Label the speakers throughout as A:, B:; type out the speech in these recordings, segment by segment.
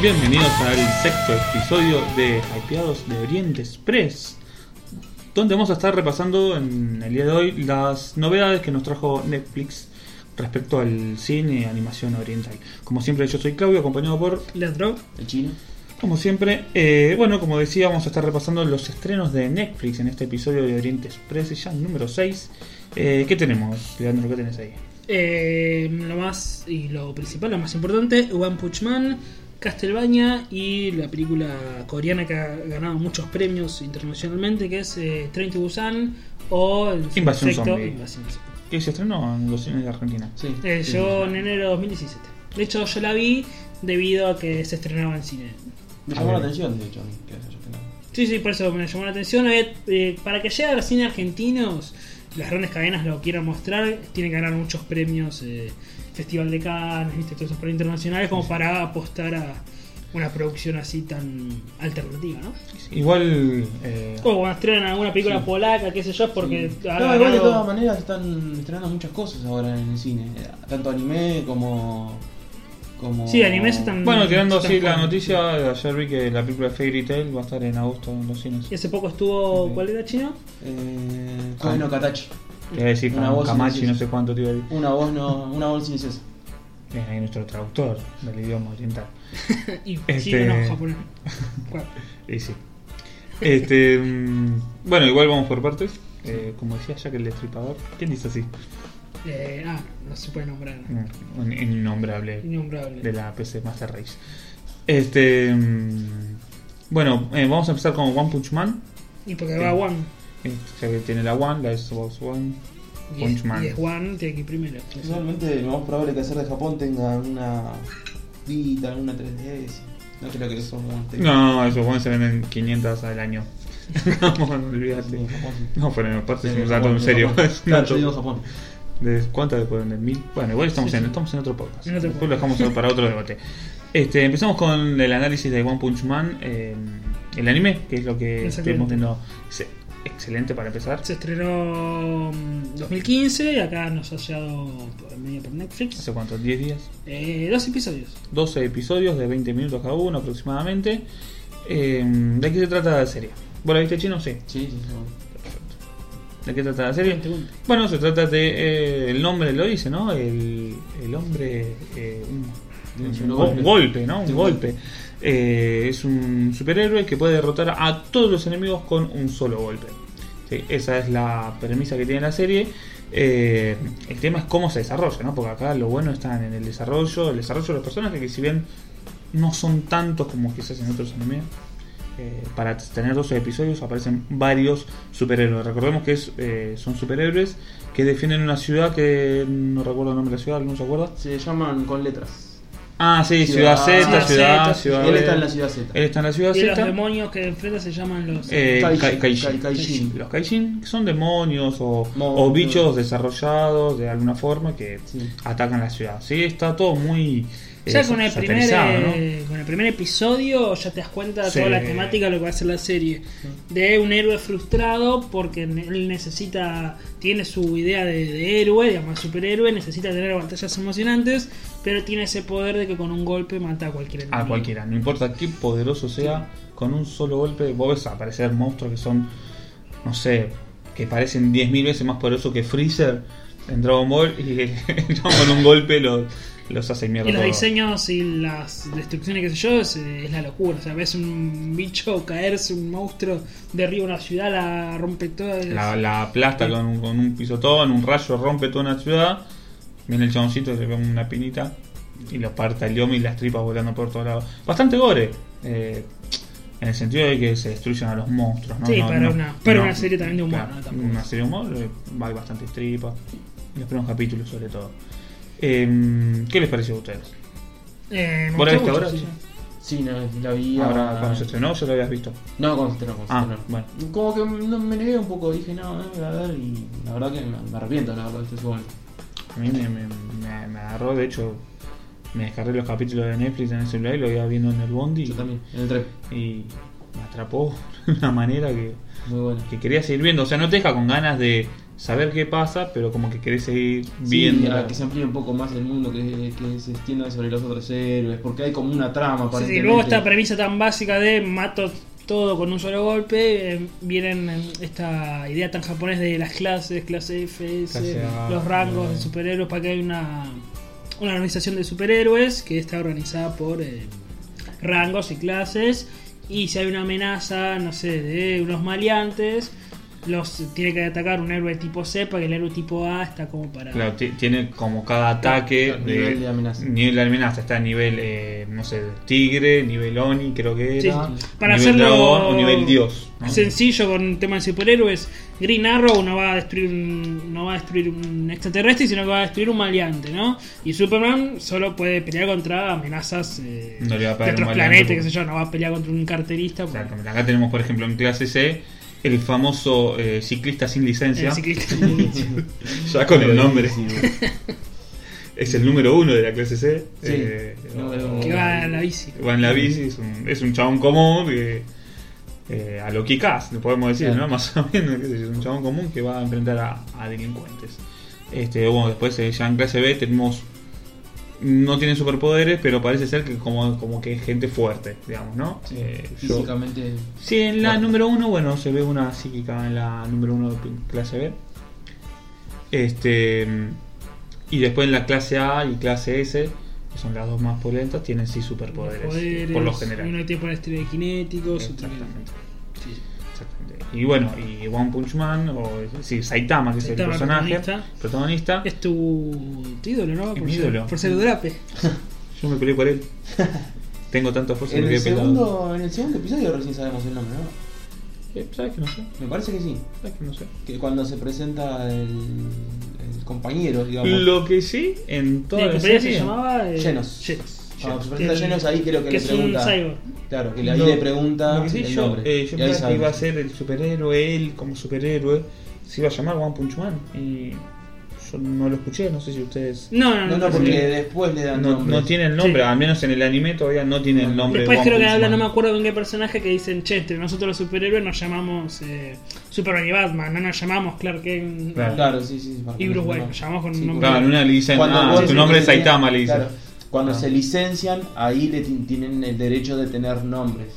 A: bienvenidos al sexto episodio de Hypeados de Oriente Express, donde vamos a estar repasando en el día de hoy las novedades que nos trajo Netflix respecto al cine y animación oriental. Como siempre, yo soy Claudio, acompañado por
B: Leandro.
C: El chino.
A: Como siempre, eh, bueno, como decía, vamos a estar repasando los estrenos de Netflix en este episodio de Oriente Express, ya número 6. Eh, ¿Qué tenemos, Leandro? ¿Qué tenés ahí?
B: Eh, lo más y lo principal, lo más importante, One Punch Man, Castlevania y la película coreana que ha ganado muchos premios internacionalmente, que es eh, Train to Busan o el
A: Invasión
B: efecto
A: zombie.
B: Invasión Zombie.
A: ¿Qué se estrenó en los cines de Argentina?
C: Sí.
B: Eh,
C: Sí.
B: Llegó en enero de 2017. De hecho, yo la vi debido a que se estrenaba en cine.
C: Me
A: A
C: llamó
A: ver.
C: la atención, de hecho, a mí, que se haya estrenado.
B: Sí, sí, por eso me llamó la atención. Había- eh, para que llegue al cine argentinos, las grandes cadenas lo quieran mostrar, tienen que ganar muchos premios, eh, Festival de Cannes, ¿viste? todos esos premios internacionales, como para apostar a una producción así tan alternativa, ¿no?
A: Igual. eh,
B: O cuando estrenan alguna película
C: Sí.
B: polaca, qué sé yo, porque...
C: Sí.
B: ha
C: No, igual de
B: ganado-
C: todas maneras están estrenando muchas cosas ahora en el cine. Eh, Tanto anime como. como...
B: Sí, animes están-
A: Bueno, tirando así la
B: Están
A: noticia, ayer vi que la película Fairy Tail va a estar en agosto en los cines.
B: Y hace poco estuvo...
C: Sí.
B: ¿Cuál era, Chino?
C: Eh, Koe no Katachi.
A: Te voy a decir
C: Una
A: Fran
C: voz
A: Camachi,
C: sin
A: no sé cuánto te iba a decir.
C: Una voz no. Una voz sin cesar.
A: Bien, ahí nuestro traductor del idioma oriental.
B: Y
A: Este-
B: Chino, no, japonés. ¿Cuál?
A: Y sí. Este, mm, bueno, igual vamos por partes. Eh, como decía Jack el Destripador. ¿Quién dice así?
B: Eh, ah, no se puede nombrar.
A: Mm, Un innombrable.
B: Innombrable.
A: de la PC Master Race. Este. mm, Bueno, eh, vamos a empezar con One Punch Man.
B: Y porque va One.
A: eh, Ya que tiene la One, la Xbox One.
B: Y
A: Punch
B: es,
A: Man.
B: y es One, tiene que ir primero.
C: Realmente lo más probable que hacer de Japón tenga una. Vita, alguna 3DS. No creo que eso monte.
A: No, esos One se venden 500 al año. Vamos, olvídate. No, pero no, aparte es un dato en serio. es un
C: Claro, yo
A: dato.
C: digo Japón.
A: ¿De ¿Cuántas después venden? ¿Mil? Bueno, igual estamos, en, estamos en otro podcast.
B: En otro
A: después
B: podcast.
A: lo dejamos para otro debate. Este, empezamos con el análisis de One Punch Man, eh, el anime, que es lo que estuvimos
B: Exactamente.
A: viendo. Es Excelente para empezar.
B: Se estrenó mm, en 2015 y acá nos ha llegado por medio por Netflix.
A: ¿Hace cuánto? ¿10 días?
B: Eh, dos episodios.
A: 12 episodios de 20 minutos cada uno aproximadamente. Eh, ¿De qué se trata la serie? ¿Vos la viste chino? Sí.
C: Sí, sí, sí.
A: ¿De qué trata la serie?
B: Cuente, cuente.
A: Bueno, se trata de. eh, el nombre lo dice, ¿no? El, el hombre. eh, un,
C: Es
A: un
C: un
A: go-
C: hombre.
A: golpe, ¿no?
C: Sí,
A: Un
C: un
A: golpe. Eh, es un superhéroe que puede derrotar a todos los enemigos con un solo golpe. Sí, esa es la premisa que tiene la serie. Eh, el tema es cómo se desarrolla, ¿no? Porque acá lo bueno está en el desarrollo, el desarrollo de los personajes, que si bien no son tantos como quizás en otros animes, eh, para tener 12 episodios aparecen varios superhéroes. Recordemos que es, eh, son superhéroes que defienden una ciudad que no recuerdo el nombre de la ciudad, ¿alguno se acuerda?
C: Se llaman con letras.
A: Ah, sí, Ciudad,
C: Ciudad-
A: Z,
B: Ciudad
A: Ciudad,
B: Z.
A: Ciudad
C: Él
A: B.
C: está en la ciudad Z.
A: Él está en la Ciudad
B: Y los
A: Z.
B: demonios que enfrenta se llaman los.
A: Eh,
C: Kaijin,
A: kai- kaijin.
C: kai- kaijin.
A: Los Kaijin que son demonios o,
C: Monstruos.
A: o bichos desarrollados de alguna forma que
C: Sí.
A: atacan la ciudad. Sí, está todo muy. eh,
B: ya con el, primer,
A: satirizado, ¿no?
B: eh, con el primer episodio ya te das cuenta de
A: Sí.
B: toda la temática, lo que va a ser la serie. De un héroe frustrado porque ne- él necesita, tiene su idea de, de héroe, digamos, superhéroe, necesita tener batallas emocionantes, pero tiene ese poder de que con un golpe mata a cualquier enemigo.
A: A cualquiera, no importa qué poderoso sea, con un solo golpe vos ves aparecer monstruos que son, no sé, que parecen 10.000 veces más poderosos que Freezer en Dragon Ball y no, con un golpe los, los hace mierda.
B: Y los
A: todo.
B: diseños y las destrucciones, qué sé yo, es, eh, es la locura. O sea, ves un bicho caerse, un monstruo derriba una ciudad, la rompe toda. es-
A: La, la aplasta con un, con un pisotón, un rayo rompe toda una ciudad, viene el chaboncito, le pone una pinita y lo parta el yomi y las tripas volando por todos lados. Bastante gore. eh, en el sentido de que se destruyen a los monstruos, ¿no?
B: Sí,
A: No-
B: para
A: no-
B: una- para
A: no-
B: una serie también de humor,
A: claro,
B: ¿no? Tampoco.
A: Una serie de humor, eh, hay bastantes tripas. En los primeros capítulos, sobre todo. Em, ¿Qué les pareció a ustedes?
B: Eh, me
A: ¿Vos la
B: gustó
A: viste
B: mucho,
A: ahora?
B: sí.
C: Sí, no, la vi
A: Ahora,
C: a-
A: Ah, cuando se estrenó, ya lo habías visto.
C: No, cuando se estrenó, cuando se
A: Ah,
C: estrenó.
A: bueno.
C: Como que no me negué un poco, dije, no, eh, a ver, y la verdad que me, me arrepiento, la verdad, este es bueno.
A: A mí me, me- me- me agarró, de hecho, me descargué los capítulos de Netflix en el celular y lo iba viendo en el bondi.
C: Yo también, en el 3,
A: y me atrapó de una manera que,
C: muy bueno.
A: que quería seguir viendo. O sea, no te deja con ganas de, saber qué pasa, pero como que querés seguir
C: Sí,
A: viendo.
C: a que se amplíe un poco más el mundo, que, que se extienda sobre los otros héroes, porque hay como una trama
B: Sí,
C: para
B: sí, luego esta premisa tan básica de mato todo con un solo golpe, eh, vienen en esta idea tan japonés de las clases, clase F, S,
A: Clase A,
B: los rangos
A: eh.
B: de superhéroes, para que hay una, una organización de superhéroes que está organizada por eh, rangos y clases, y si hay una amenaza, no sé, de unos maleantes, los tiene que atacar un héroe tipo C, para que el héroe tipo A está como para...
A: Claro, ti- tiene como cada ataque
C: claro, nivel de amenaza.
A: nivel de amenaza. Está a nivel, eh, no sé, tigre, nivel Oni, creo que
B: Sí,
A: era.
B: sí. Para
A: nivel
B: hacerlo
A: dragón o nivel dios. ¿no?
B: Sencillo con el tema de superhéroes. Green Arrow no va a destruir un, no va a destruir un extraterrestre, sino que va a destruir un maleante, ¿no? Y Superman solo puede pelear contra amenazas eh,
A: No le va a
B: de
A: pegar
B: otros
A: un maleante
B: planetas, qué
A: porque-
B: sé yo, no va a pelear contra un carterista. porque-
A: Exactamente. Acá tenemos, por ejemplo, en clase C, el famoso eh, ciclista sin licencia.
B: el ciclista.
A: Ya con el nombre.
C: Sí,
A: Es el número uno de la clase C.
C: Sí.
A: eh,
C: Número uno.
B: que va en la bici.
A: va en la bici, es un, es un chabón común que, eh, a lo Kikaz, le podemos decir,
C: Claro.
A: ¿no? Más o menos, qué sé yo, es un chabón común que va a enfrentar a, a delincuentes. Este, bueno, después eh, ya en clase B tenemos. No tiene superpoderes, pero parece ser que como, como que es gente fuerte, digamos, ¿no?
C: sí.
A: Eh, yo-
C: Físicamente.
A: Sí, en la
B: Ah.
C: Claro.
A: número uno, bueno, se ve una psíquica en la número uno de clase B. Este. Y después en la clase A y clase S, que son las dos más polentas, tienen sí superpoderes.
B: Poderes,
A: por lo general.
B: Uno que tiene poderes telequinéticos, otro que-
A: Exactamente,
B: sí, sí.
A: exactamente. Y bueno, y One Punch Man, o sí, Saitama, que
B: Saitama,
A: es el personaje,
B: protagonista.
A: protagonista.
B: Es tu, tu ídolo, ¿no?
A: Es
B: Por
A: mi
B: ser-
A: ídolo.
B: Por ser Durape.
A: Yo me peleé por él. Tengo tanta fuerza que
C: En
A: Pues me quedé
C: el,
A: pelado.
C: segundo, en el segundo episodio recién sabemos el nombre, ¿no?
A: Eh, ¿Sabes que no sé?
C: Me parece que sí.
A: ¿Sabes que no sé?
C: Que cuando se presenta el, el compañero, digamos.
A: Lo que sí, en toda
B: El
A: la
B: compañero se
A: serie-
B: llamaba eh,
C: Llenos.
B: Llenos.
C: Cuando se presenta
B: El-
C: Genos, ahí creo que,
B: que
C: le
B: es un
C: pregunta.
B: cyborg.
C: Claro, que le- ahí
A: Lo-
C: le pregunta
A: lo que sí,
C: el
A: yo,
C: nombre.
A: eh, yo
C: y ahí
A: pensaba que iba a
C: sabemos.
A: ser el superhéroe, él como superhéroe, se iba a llamar One Punch Man. Y yo no lo escuché, no sé si ustedes.
B: No, no,
C: No, no, porque después le dan
A: No,
C: nombre.
A: no tiene el nombre,
B: Sí.
A: al menos en el anime todavía no tiene el nombre.
B: Después
A: One
B: creo que
A: Punch
B: habla, no
A: Man.
B: me acuerdo con qué personaje, que dicen, che, entre nosotros los superhéroes nos llamamos eh, Superman y Batman, no nos llamamos Clark Kent
A: Claro.
C: Claro, sí, sí. para
B: y
C: que
B: Bruce
C: no
B: Wayne,
C: se
B: nos llamamos con
C: Sí,
B: un nombre.
A: Claro, en una le dicen,
C: Cuando
A: ah,
C: vos
A: tu
C: decís
A: nombre
C: que
A: es
C: tenía-
A: Saitama, le dicen.
C: claro, cuando
A: Ah.
C: se licencian, ahí le tin- tienen el derecho de tener nombres.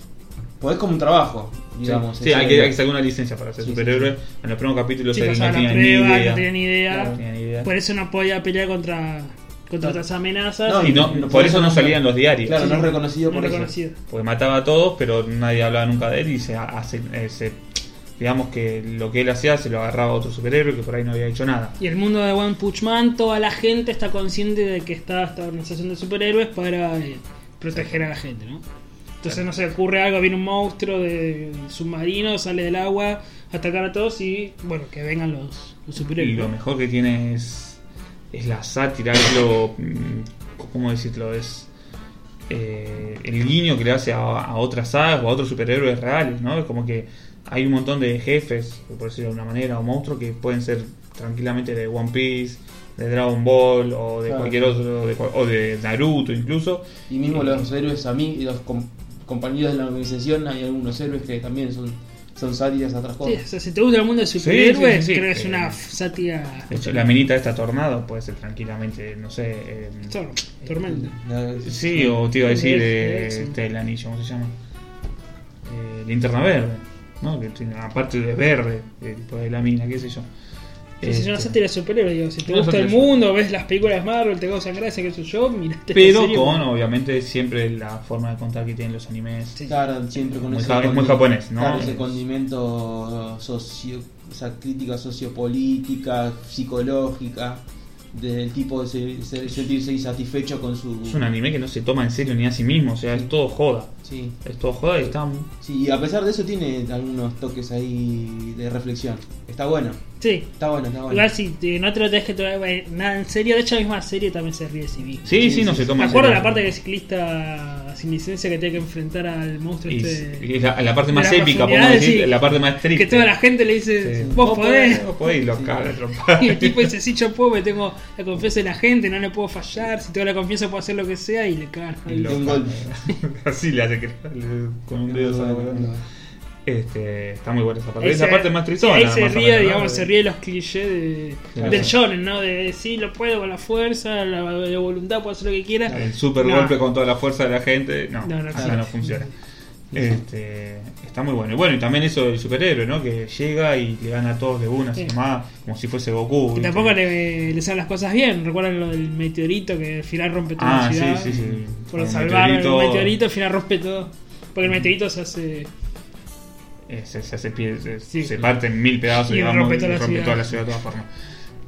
C: Pues es como un trabajo, digamos.
A: sí, sí,
C: es
A: hay,
C: el-
A: que, hay que sacar una licencia para ser
C: Sí, sí,
A: superhéroe.
C: sí.
A: En los primeros capítulos
B: Chicos,
A: él
B: a
A: no
B: la
A: tenía ni
B: prueba,
A: idea.
B: no tenían ni idea.
A: No tenía ni idea.
B: Por eso no podía pelear contra, contra otras amenazas.
C: No,
A: Y no-
C: no-
A: por eso no salían los diarios.
C: Claro, no
B: sí.
C: es reconocido
B: No
C: por
B: reconocido.
A: porque mataba a todos, pero nadie hablaba nunca de él y se hace, eh, se- digamos que lo que él hacía se lo agarraba a otro superhéroe que por ahí no había hecho nada.
B: Y el mundo de One Punch Man, toda la gente está consciente de que está esta organización de superhéroes para eh, proteger a la gente, ¿no? Entonces no se ocurre algo, viene un monstruo de submarino, sale del agua, a atacar a todos y bueno, que vengan los, los
A: Y
B: superhéroes.
A: lo
B: ¿no?
A: mejor que tiene es, es la sátira, es lo. mm, ¿Cómo decirlo? Es. eh, el guiño que le hace a, a otras sagas o a otros superhéroes reales, ¿no? Es como que hay un montón de jefes, por decirlo de una manera, o monstruos que pueden ser tranquilamente de One Piece, de Dragon Ball, o de
C: Claro.
A: cualquier otro, de cual- o de Naruto incluso.
C: Y mismo los héroes a mí, y los com- compañeros de la organización, hay algunos héroes que también son, son sátiras a otras
B: Sí,
C: cosas.
B: o sea, si te gusta el mundo de superhéroes,
A: sí, sí, sí.
B: creo que es
A: Eh,
B: una f- sátira
A: De hecho, la minita esta tornado puede ser tranquilamente, no sé. eh,
B: Tor- tormenta.
C: La-
A: sí, o te iba a decir eh,
B: Sí.
A: este, el anillo, ¿cómo se llama? Eh, linterna verde, ¿no? Que tiene una parte de verde, eh, tipo de la mina, qué sé yo.
B: Sí, sí, es una
A: Este,
B: sátira de superhéroes, digo, si te
A: Una
B: gusta el
A: sátira de
B: mundo, ves las películas de Marvel, te gozan gracia, que soy yo, miraste
A: pero con, obviamente, siempre la forma de contar que tienen los animes.
B: Sí.
C: Claro, siempre con
A: Muy
C: ese
A: ja- es muy
C: condi-
A: japonés, ¿no?
C: claro, ese
A: Es-
C: condimento socio, o sea, crítica sociopolítica, psicológica, del tipo de se- se- sentirse insatisfecho con su.
A: Es un anime que no se toma en serio ni a sí mismo, o sea, es todo joda.
C: Sí.
A: Es todo joda y está.
C: Sí, y a pesar de eso tiene algunos toques ahí de reflexión. Está bueno,
B: Sí,
C: está bueno, está bueno.
B: Igual si te- no te lo tenés que tomar eh, nada en serio, de hecho la misma serie también se ríe si bien.
A: Sí, sí,
C: Sí,
A: no
C: sí,
A: se
C: sí.
A: toma
B: Me
A: en
B: acuerdo
A: serio.
B: la parte del ciclista sin licencia que tiene que enfrentar al monstruo
A: Y-
B: este.
A: y la, la parte
B: de
A: más
B: las
A: épica, podemos
B: profundidades,
A: decir,
B: sí.
A: la parte más triste.
B: que toda la gente le dice,
A: Sí.
B: vos podés.
A: Vos podés y lo
C: Sí.
A: caga de trompada.
B: Y el tipo dice, sí, yo puedo, me tengo la confianza de la gente, no le puedo fallar, si tengo la confianza puedo hacer lo que sea y le cagan.
A: Y lo
C: Un
A: caga.
C: golpe.
A: Así le hace que le- con un
C: Está
A: dedo
C: bueno,
A: saca volando.
C: está bueno.
A: Este, está muy buena esa parte.
B: Ahí
A: esa
B: se-
A: parte es más trizona.
B: Ahí se
A: más o
B: ríe,
A: menos, ¿no?
B: digamos, se ríe de los clichés de-
A: Claro.
B: del shonen, ¿no? De sí, lo puedo con la fuerza, la, la voluntad, puedo hacer lo que quiera.
A: El super
B: No.
A: golpe con toda la fuerza de la gente. No,
B: No, no
A: así
B: existe.
A: no funciona. Este, está muy bueno. Y bueno, y también eso del superhéroe, ¿no? Que llega y le gana a todos de una, así
B: Sí.
A: nomás, como si fuese Goku.
B: Que
A: ¿viste?
B: tampoco le, le salen las cosas bien. ¿Recuerdan lo del meteorito que al final rompe toda
A: Ah,
B: la ciudad?
A: sí, sí, sí.
B: Por
A: El
B: salvar
A: meteorito-
B: el meteorito, al final rompe todo. Porque el meteorito se hace.
A: Eh, se, se, hace pie- se-
B: Sí.
A: se parte en mil pedazos
B: Y
A: digamos,
B: rompe
A: y
B: toda la
A: rompe
B: ciudad.
A: toda la ciudad de todas formas.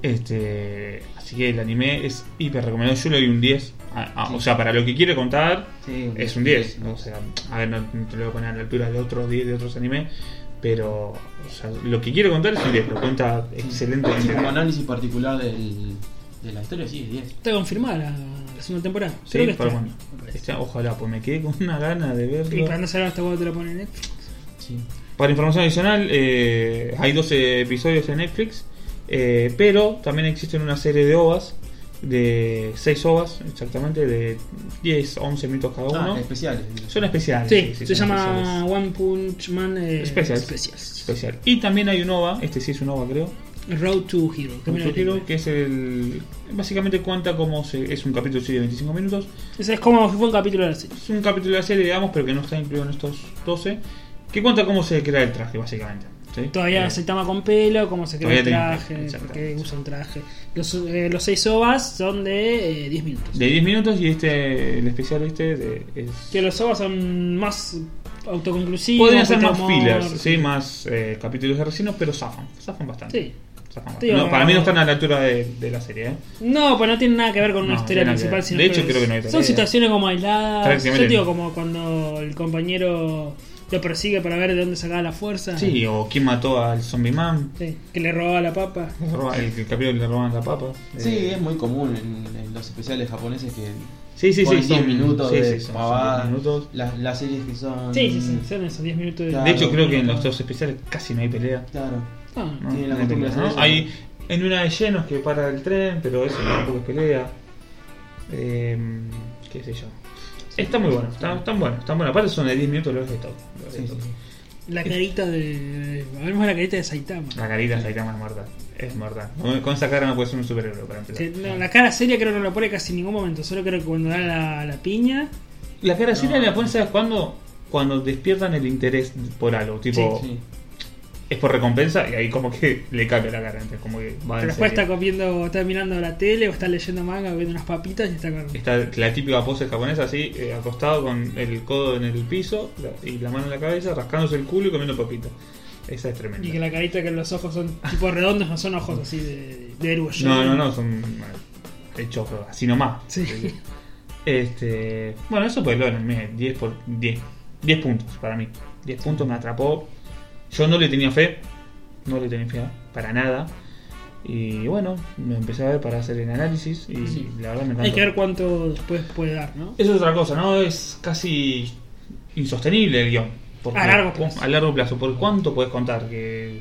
A: Este, así que el anime es hiper recomendado. Yo le doy un 10. Ah, ah,
C: Sí.
A: O sea, para lo que quiere contar,
C: Sí,
A: es un 10. O sea, a ver, no no te lo voy a poner a la altura de otros 10 de otros anime. Pero o sea, lo que quiere contar es un 10. Lo cuenta
C: Sí,
A: excelentemente.
C: como análisis particular del, de la historia, sí, es 10.
B: Está confirmada la, la segunda temporada.
A: Sí,
B: Creo que
A: para
B: está,
A: cuando-
B: me parece.
A: Está- ojalá, pues me quedé con una gana de verlo.
B: Y para no saber hasta cuándo te la ponen ¿eh? en Netflix.
C: Sí.
A: Para información adicional, eh, hay 12 episodios en Netflix, eh, pero también existen una serie de ovas, de 6 ovas exactamente, de 10, 11 minutos cada
C: Ah,
A: uno.
C: especiales.
A: son especiales.
B: Sí, se
A: son
B: llama
A: especiales.
B: One Punch Man eh,
A: Specials. Especial. Y también hay un ova, este sí es un ova creo,
B: Road to Hero.
A: un
B: también la
A: sugiero,
B: película.
A: que es el... Básicamente cuenta como se- es un capítulo sí, de 25 minutos,
B: Ese es como si fue un capítulo de la serie.
A: es un capítulo de la serie, digamos, pero que no está incluido en estos 12, que cuenta cómo se crea el traje, básicamente. ¿sí?
B: Todavía
A: Eh,
B: se toma con pelo, cómo se crea el
A: Todavía tiene-
B: traje, por qué
A: exactamente.
B: usan traje. Los, eh, los seis ovas son de eh, 10 minutos.
A: De 10 minutos y este, el especial este de, es...
B: Que los ovas son más autoconclusivos.
A: Podrían ser
B: mucho
A: más
B: amor.
A: fillers, sí, más eh, capítulos de resinos, pero zafan, zafan bastante.
B: Sí.
A: Zafan bastante.
B: Te digo,
A: No, para mí no están a la altura de, de la serie, ¿eh?
B: No, pues no tiene nada que ver con una
A: No,
B: historia
A: tiene nada que
B: principal.
A: ver.
B: sino
A: De hecho, creo que no hay
B: Son
A: tarea.
B: situaciones como aisladas. Yo
A: Prácticamente
B: digo,
A: no.
B: como cuando el compañero lo persigue para ver de dónde sacaba la fuerza.
A: Sí, o quién mató al zombie man,
B: Sí, que le robaba la papa.
A: Le roba- el, el capítulo que le roban la papa.
C: Sí,
A: Eh,
C: es muy común en, en los especiales japoneses que
A: sí, sí, sí,
C: ponen 10
A: son-
C: minutos
A: sí,
C: de
A: sí, son- son
C: pavadas,
A: 10 minutos.
C: Las, las series que son...
B: Sí, sí, sí, son esos 10 minutos de.
C: Claro.
A: De hecho, creo que en los dos especiales casi no hay pelea.
C: Claro.
B: Ah,
A: No,
C: Tiene la
A: no hay,
C: costumbre
A: pelea,
C: de hacer
A: ¿no?
C: eso.
A: Hay en una de llenos que para el tren, pero eso tampoco es pelea. Eh, qué sé yo. Está muy bueno, está, están buenos, están buenos. Aparte son de 10 minutos los de todo. los de
C: Sí, sí,
A: todo.
C: sí.
B: La carita de. Hablemos de la carita de Saitama.
A: La carita de Saitama es mortal. Es mortal. Con- Con esa cara no puede ser un superhéroe para empezar.
B: Que, no, la cara seria creo que no la pone casi en ningún momento. Solo creo que cuando da la, la piña.
A: La cara seria
C: No.
A: la ponen, ¿sabes cuándo? Cuando despiertan el interés por algo. Tipo,
C: Sí.
A: es por recompensa y ahí como que le cambia la cara. entonces como que va Ah, en
B: Pero después
A: serio.
B: está comiendo, está mirando la tele o está leyendo manga o viendo unas papitas y está con.
A: Está la típica pose japonesa así, eh, acostado con el codo en el piso la- y la mano en la cabeza, rascándose el culo y comiendo papita. Esa es tremenda.
B: Y que la carita que los ojos son tipo redondos, no son ojos así de, de héroe.
A: No, no, no, son eh, hechos así nomás.
B: Sí.
A: Este, bueno, eso fue lo del anime, 10 por 10. 10 puntos para mí. 10 puntos me atrapó. Yo no le tenía fe. No le tenía fe para nada. Y bueno, me empecé a ver para hacer el análisis y
B: Sí.
A: la verdad me encantó.
B: Hay que ver cuánto después puede dar, ¿no?
A: Eso es otra cosa, ¿no? Es casi insostenible el guión. Porque-
B: A largo plazo.
A: A largo plazo. ¿Por cuánto puedes contar que,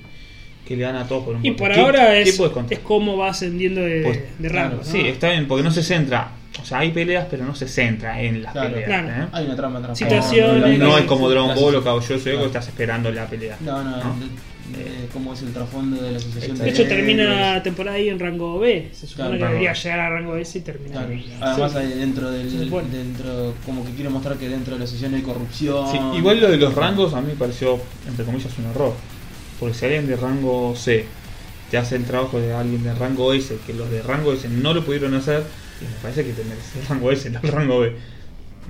A: que le dan a todos por un
B: Y
A: golpe?
B: por
A: ¿Qué-
B: ahora
A: qué
B: es,
A: podés contar?
B: es como va ascendiendo de,
A: Pues,
B: de
C: claro,
B: rango. ¿no?
A: Sí, está bien, porque no se centra. O sea, hay peleas, pero no se centra en las
C: Claro.
A: peleas.
B: Claro.
A: ¿eh?
C: Hay una trama atrás.
B: Situaciones,
A: No es
B: hay
A: como Dragon Ball o Caballoso Zodíaco
C: Claro.
A: que estás esperando la pelea.
C: No, no,
A: ¿no?
C: de- de- como es el trasfondo de la asociación
B: De hecho,
A: Eh,
B: termina
C: héroes.
B: la temporada ahí en rango B. Se supone
C: Claro,
B: que
A: rango
B: debería
A: B.
B: llegar a rango S y terminar.
C: Claro.
B: ahí.
C: Además,
B: Sí.
C: hay dentro
B: Se
C: del.
B: supone.
C: dentro Como que quiero mostrar que dentro de la asociación hay corrupción.
A: Sí, igual lo de los rangos a mí me pareció, entre comillas, un error. Porque si alguien de rango C te hace el trabajo de alguien de rango S, que los de rango S no lo pudieron hacer, y me parece que te mereces el rango S, no el rango B.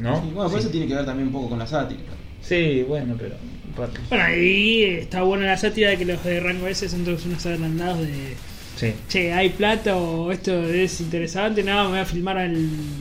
A: ¿No?
C: Sí, bueno, por eso tiene que ver también un poco con la sátira.
A: Sí, bueno, pero. bueno,
B: Bueno, ahí está buena la sátira de que los de rango S son todos unos agrandados de.
A: Sí.
B: Che, hay plata o esto es interesante. Nada, me voy a filmar al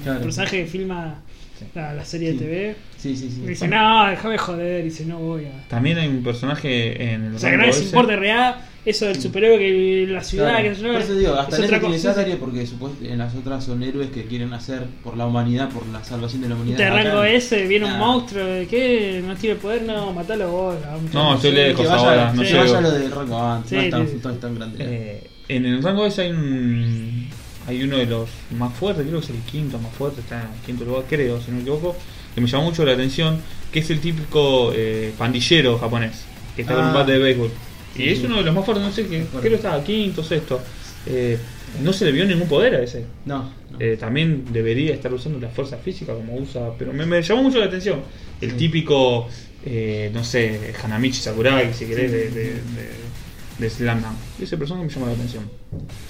C: Claro.
B: personaje que filma
A: Sí.
B: la, la serie
C: Sí.
B: de TV.
C: Sí, sí, sí.
B: Y dice, no, déjame joder. Y dice, no voy a.
A: También hay un personaje en el
B: O sea, que no les
A: S.
B: importa en realidad eso del superhéroe que la ciudad,
C: Claro.
B: que yo.
C: Por eso digo, hasta
B: es
C: en
B: otra
C: este tiene
B: cosa.
C: sátira porque supuest- en las otras son héroes que quieren hacer por la humanidad, por la salvación de la humanidad.
B: Este rango
C: Acá-
B: S viene un
C: Nah.
B: monstruo, ¿qué? No tiene poder, no, matalo vos. a un
A: No, estoy
C: Sí,
A: lejos
C: que vaya,
A: ahora, no
C: que
B: llego.
C: vaya lo del rango antes,
B: Sí,
C: no es tan,
B: sí, sí.
C: no es tan grande.
A: Eh, en el rango S hay un. Hay uno de los más fuertes, creo que es el quinto más fuerte, está en el quinto lugar, creo, si no me equivoco, que me llamó mucho la atención, que es el típico eh, pandillero japonés. que está con un
C: Ah.
A: bat de béisbol.
C: Sí,
A: y es
C: sí.
A: uno de los más fuertes, no sé qué,
C: Bueno.
A: creo que estaba quinto, sexto. Eh, no se le vio ningún poder a ese.
C: No, no.
A: Eh, también debería estar usando la fuerza física como usa, pero me, me llamó mucho la atención. El
C: Sí.
A: típico, eh, no sé, Hanamichi Sakurai, si querés, de, de, de, de Slam Dunk. Ese personaje me llamó la atención.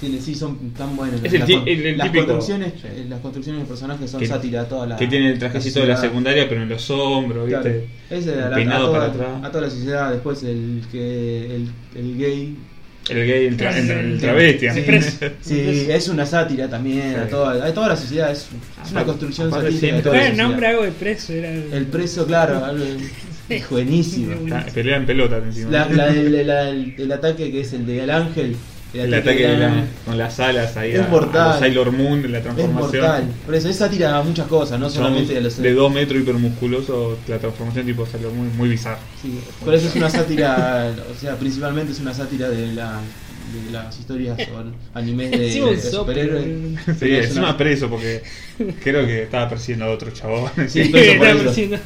C: Tiene- sí, son tan buenos.
A: Es el
C: las
A: ti-
C: con-
A: el- el
C: las
A: típico.
C: construcciones, eh, las construcciones de personajes son
A: Que-
C: sátira a toda la.
A: que tiene el trajecito de la secundaria, pero en los hombros,
C: Claro.
A: ¿viste?
C: Ese a, la- a
A: Peinado
C: toda,
A: para atrás.
C: a toda la sociedad. Después el que el, el gay.
A: El gay, el, tra-
B: Ese es
A: el- el
B: el-
A: travesti.
B: sí.
A: ¿no?
B: Express.
C: Sí, es una sátira también a
A: Sí.
C: toda, a toda la sociedad. Es, es una
A: Aparte-
C: construcción
A: aparte
C: satírica. de
A: siempre-
C: toda
B: Era
C: la
B: Ah, el nombre
C: sociedad.
B: algo de preso, era el-
C: El preso, claro. algo- Es buenísimo.
A: Está- pelea en pelota encima.
C: La- la del- la- el, el ataque que es el del ángel. El,
A: el ataque de
C: del
A: la-
C: ángel.
A: con las alas ahí
C: Es
A: a, a
C: mortal.
A: los Sailor Moon de la
C: Es
A: transformación.
C: mortal. Por eso es sátira a muchas cosas, no
A: Son
C: solamente a los.
A: de 2 metros hipermusculoso, la transformación tipo Sailor Moon, muy bizarra.
C: Sí, por eso es una sátira, o sea, principalmente es una sátira de, la, de las historias o animes de,
B: Encima un
C: de
B: soplo,
C: superhéroes.
B: boludo.
A: Sí,
C: Pero es
A: encima
C: una-
A: preso porque creo que estaba persiguiendo a otro chabón.
C: Sí,
B: Sí,
C: preso por
B: estaba
C: eso.
B: persiguiendo.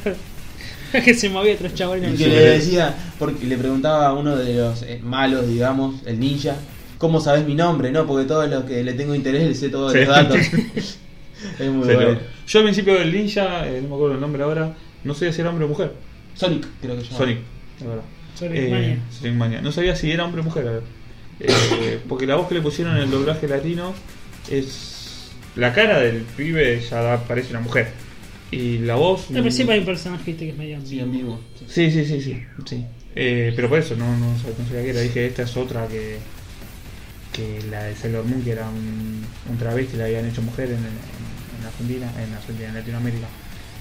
B: Es que se movía tres chabones.
C: Y
B: no
C: que
B: sé.
C: le decía, porque le preguntaba a uno de los eh, malos, digamos, el ninja, ¿cómo sabes mi nombre? No, porque todos los que le tengo interés le sé todos
A: Sí.
C: los datos. es muy
A: Se lo-
C: bueno.
A: Yo al principio del ninja, eh, no me acuerdo el nombre ahora, no sabía si era hombre o mujer.
C: Sonic, creo que se llama.
A: Sonic, la verdad.
B: Sonic
A: Eh,
B: Mania.
A: Sonic Mania. No sabía si era hombre o mujer. eh, porque la voz que le pusieron en el doblaje latino es. La cara del pibe ya da- parece una mujer. Y la voz.
B: No, pero siempre hay un personaje viste, que es medio
C: Sí, en vivo. sí.
A: Sí, sí, sí, sí. sí. Eh, pero por eso no, no, sab- no sabía qué era. Dije, esta es otra que. que la de Sailor Moon, que era un, un travesti, la habían hecho mujer en, en- en Argentina, en Argentina, en Latinoamérica.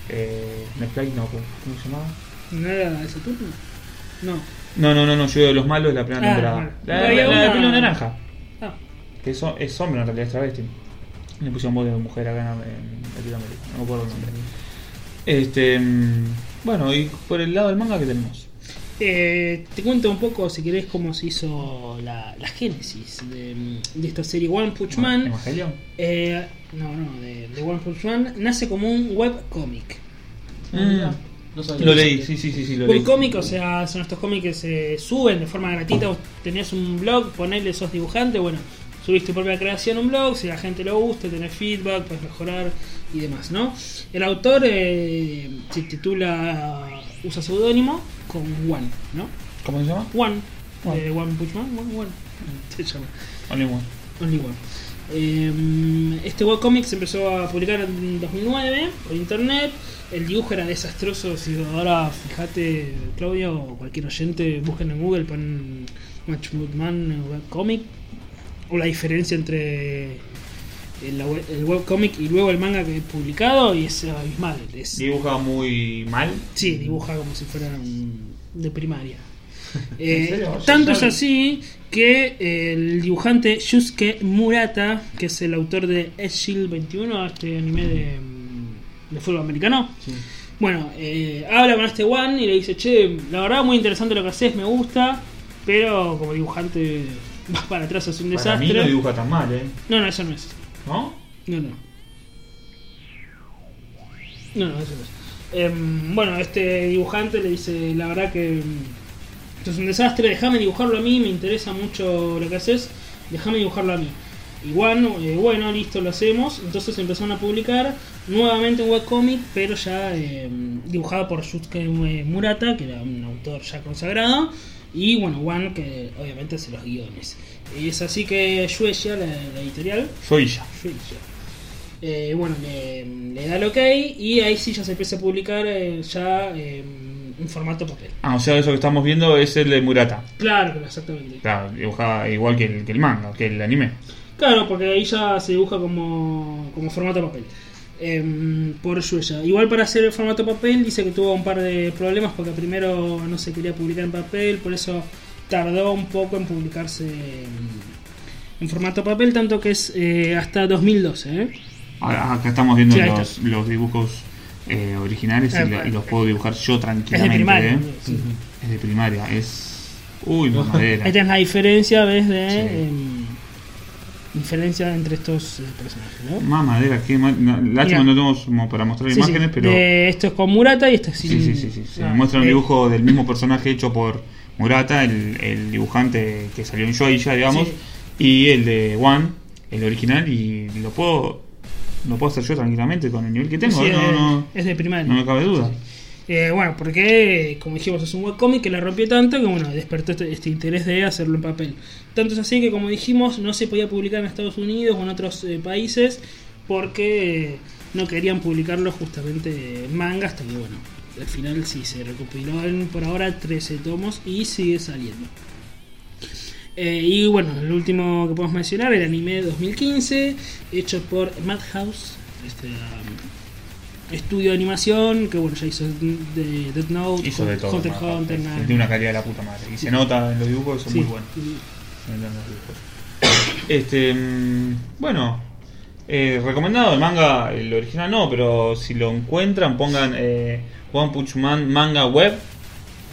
A: Eh, Netflix, no, ¿cómo se llamaba?
B: ¿No era de Saturno? No.
A: No, no, no, no, yo digo de los malos de la primera
B: Ah,
A: temporada.
B: bueno.
A: La,
B: Había
A: la- la de
B: una-
A: pelo naranja,
B: Ah,
A: que es, hom- es hombre en realidad, es travesti. Le pusieron voz de mujer acá en, en Latinoamérica, no me acuerdo el nombre. Este, mm, bueno, y por el lado del manga que tenemos.
B: Eh, te cuento un poco, si querés, cómo se hizo la, la génesis de, de esta serie One Punch Man.
A: Evangelion.
B: Eh, no, no, de, de One Punch Man nace como un webcomic. Ah,
A: Mm.
C: No sabía.
A: Lo leí, sí, sí, sí, sí, lo leí.
B: Webcomic, o sea, son estos cómics que se suben de forma gratuita. Vos Tenés un blog, ponele, sos dibujante, bueno, subís tu propia creación a un blog, si la gente lo gusta, tenés feedback, puedes mejorar y demás, ¿no? El autor eh, se titula, usa seudónimo con One, ¿no?
A: ¿Cómo se llama?
B: One.
A: One.
B: Eh, one Punch Man, One, One. Se llama.
A: Only One.
B: Only One. Eh, este webcomic se empezó a publicar en 2009 por internet. El dibujo era desastroso. Si ahora fíjate, Claudio, o cualquier oyente, busquen en Google, ponen Match Mood Man webcomic. O la diferencia entre el, la web- el webcomic y luego el manga que he publicado. Y es abismal. Es
A: Dibuja muy mal.
B: Sí, dibuja como si fuera un- de primaria. Eh,
A: ¿En serio?
B: tanto
A: Yo
B: es
A: ya-
B: así que el dibujante Yusuke Murata, que es el autor de Edge Shield 21, este anime de, mm, de fútbol americano,
C: Sí.
B: bueno, eh, habla con este One y le dice, che, la verdad muy interesante lo que haces, me gusta, pero como dibujante vas para atrás, es un
A: Para mí
B: desastre.
A: no dibuja tan mal, ¿eh?
B: no, no, eso no es.
A: ¿No?
B: No, no. No, no, eso no es. Em, bueno, este dibujante le dice, la verdad que mm, esto es un desastre, déjame dibujarlo a mí, me interesa mucho lo que haces, déjame dibujarlo a mí. Y Juan, eh, bueno, listo, lo hacemos. Entonces empezaron a publicar nuevamente un webcomic, pero ya em, dibujado por Yusuke eh, Murata, que era un autor ya consagrado. Y bueno, Juan, que obviamente hace los guiones. Es así que Shueisha, la- la editorial,
A: Soy ella.
B: Shueisha. Eh, bueno, le, le da el ok y ahí sí ya se empieza a publicar eh, ya eh, en formato papel.
A: Ah, o sea, eso que estamos viendo es el de Murata.
B: Claro, claro, exactamente.
A: Claro, dibujaba igual que el, que el manga, que el anime.
B: Claro, porque ahí ya se dibuja como, como formato papel. Em, por Shueisha. Igual para hacer el formato papel dice que tuvo un par de problemas porque primero no se quería publicar en papel, por eso tardó un poco en publicarse en, en formato papel, tanto que es eh, hasta 2012. ¿eh?
A: Ahora, acá estamos viendo
B: Sí, ahí está.
A: los, los dibujos eh, originales y,
B: Ah,
A: la- y los puedo dibujar yo
B: Es de
A: tranquilamente.
B: primaria.
A: ¿eh?
B: sí.
A: Es de primaria, es. Uy, no madera.
B: Ahí tenés la diferencia, ¿ves? De.
A: Sí.
B: em, diferencia entre estos eh, personajes, ¿no?
A: Mamadera, qué mal. no, Lástima,
B: Mirá.
A: no tenemos como para mostrar
B: Sí,
A: imágenes,
B: sí.
A: pero.
B: De- esto es con Murata y esto es sin.
A: Sí, sí, sí. sí, sí.
B: Ah,
A: Muestra un
B: eh,
A: dibujo del mismo personaje hecho por Murata, el, el dibujante que salió en Joya, digamos,
B: Sí.
A: y el de One, el original, y lo puedo lo puedo hacer yo tranquilamente con el nivel que tengo, ¿eh?
B: Sí,
A: no,
B: es,
A: no,
B: es de primaria.
A: no me cabe duda.
B: Eh, bueno, porque, como dijimos, es un webcomic que la rompió tanto que bueno, despertó este, este interés de hacerlo en papel. Tanto es así que, como dijimos, no se podía publicar en Estados Unidos o en otros eh, países porque eh, no querían publicarlo justamente eh, manga hasta que, bueno, al final sí se recopiló en, por ahora 13 tomos y sigue saliendo. Eh, y bueno, el último que podemos mencionar, el anime 2015, hecho por Madhouse, este um, estudio de animación, que bueno, ya hizo de Death Note,
A: Hizo de todo.
B: Hunter x
A: Manhattan,
B: Hunter,
A: de una calidad de la puta madre. Y se nota en los dibujos, son
B: Sí.
A: muy buenos. Se notan los dibujos. Este, mm, bueno, eh, recomendado el manga, el original no, pero si lo encuentran, pongan eh, One Punch Man manga web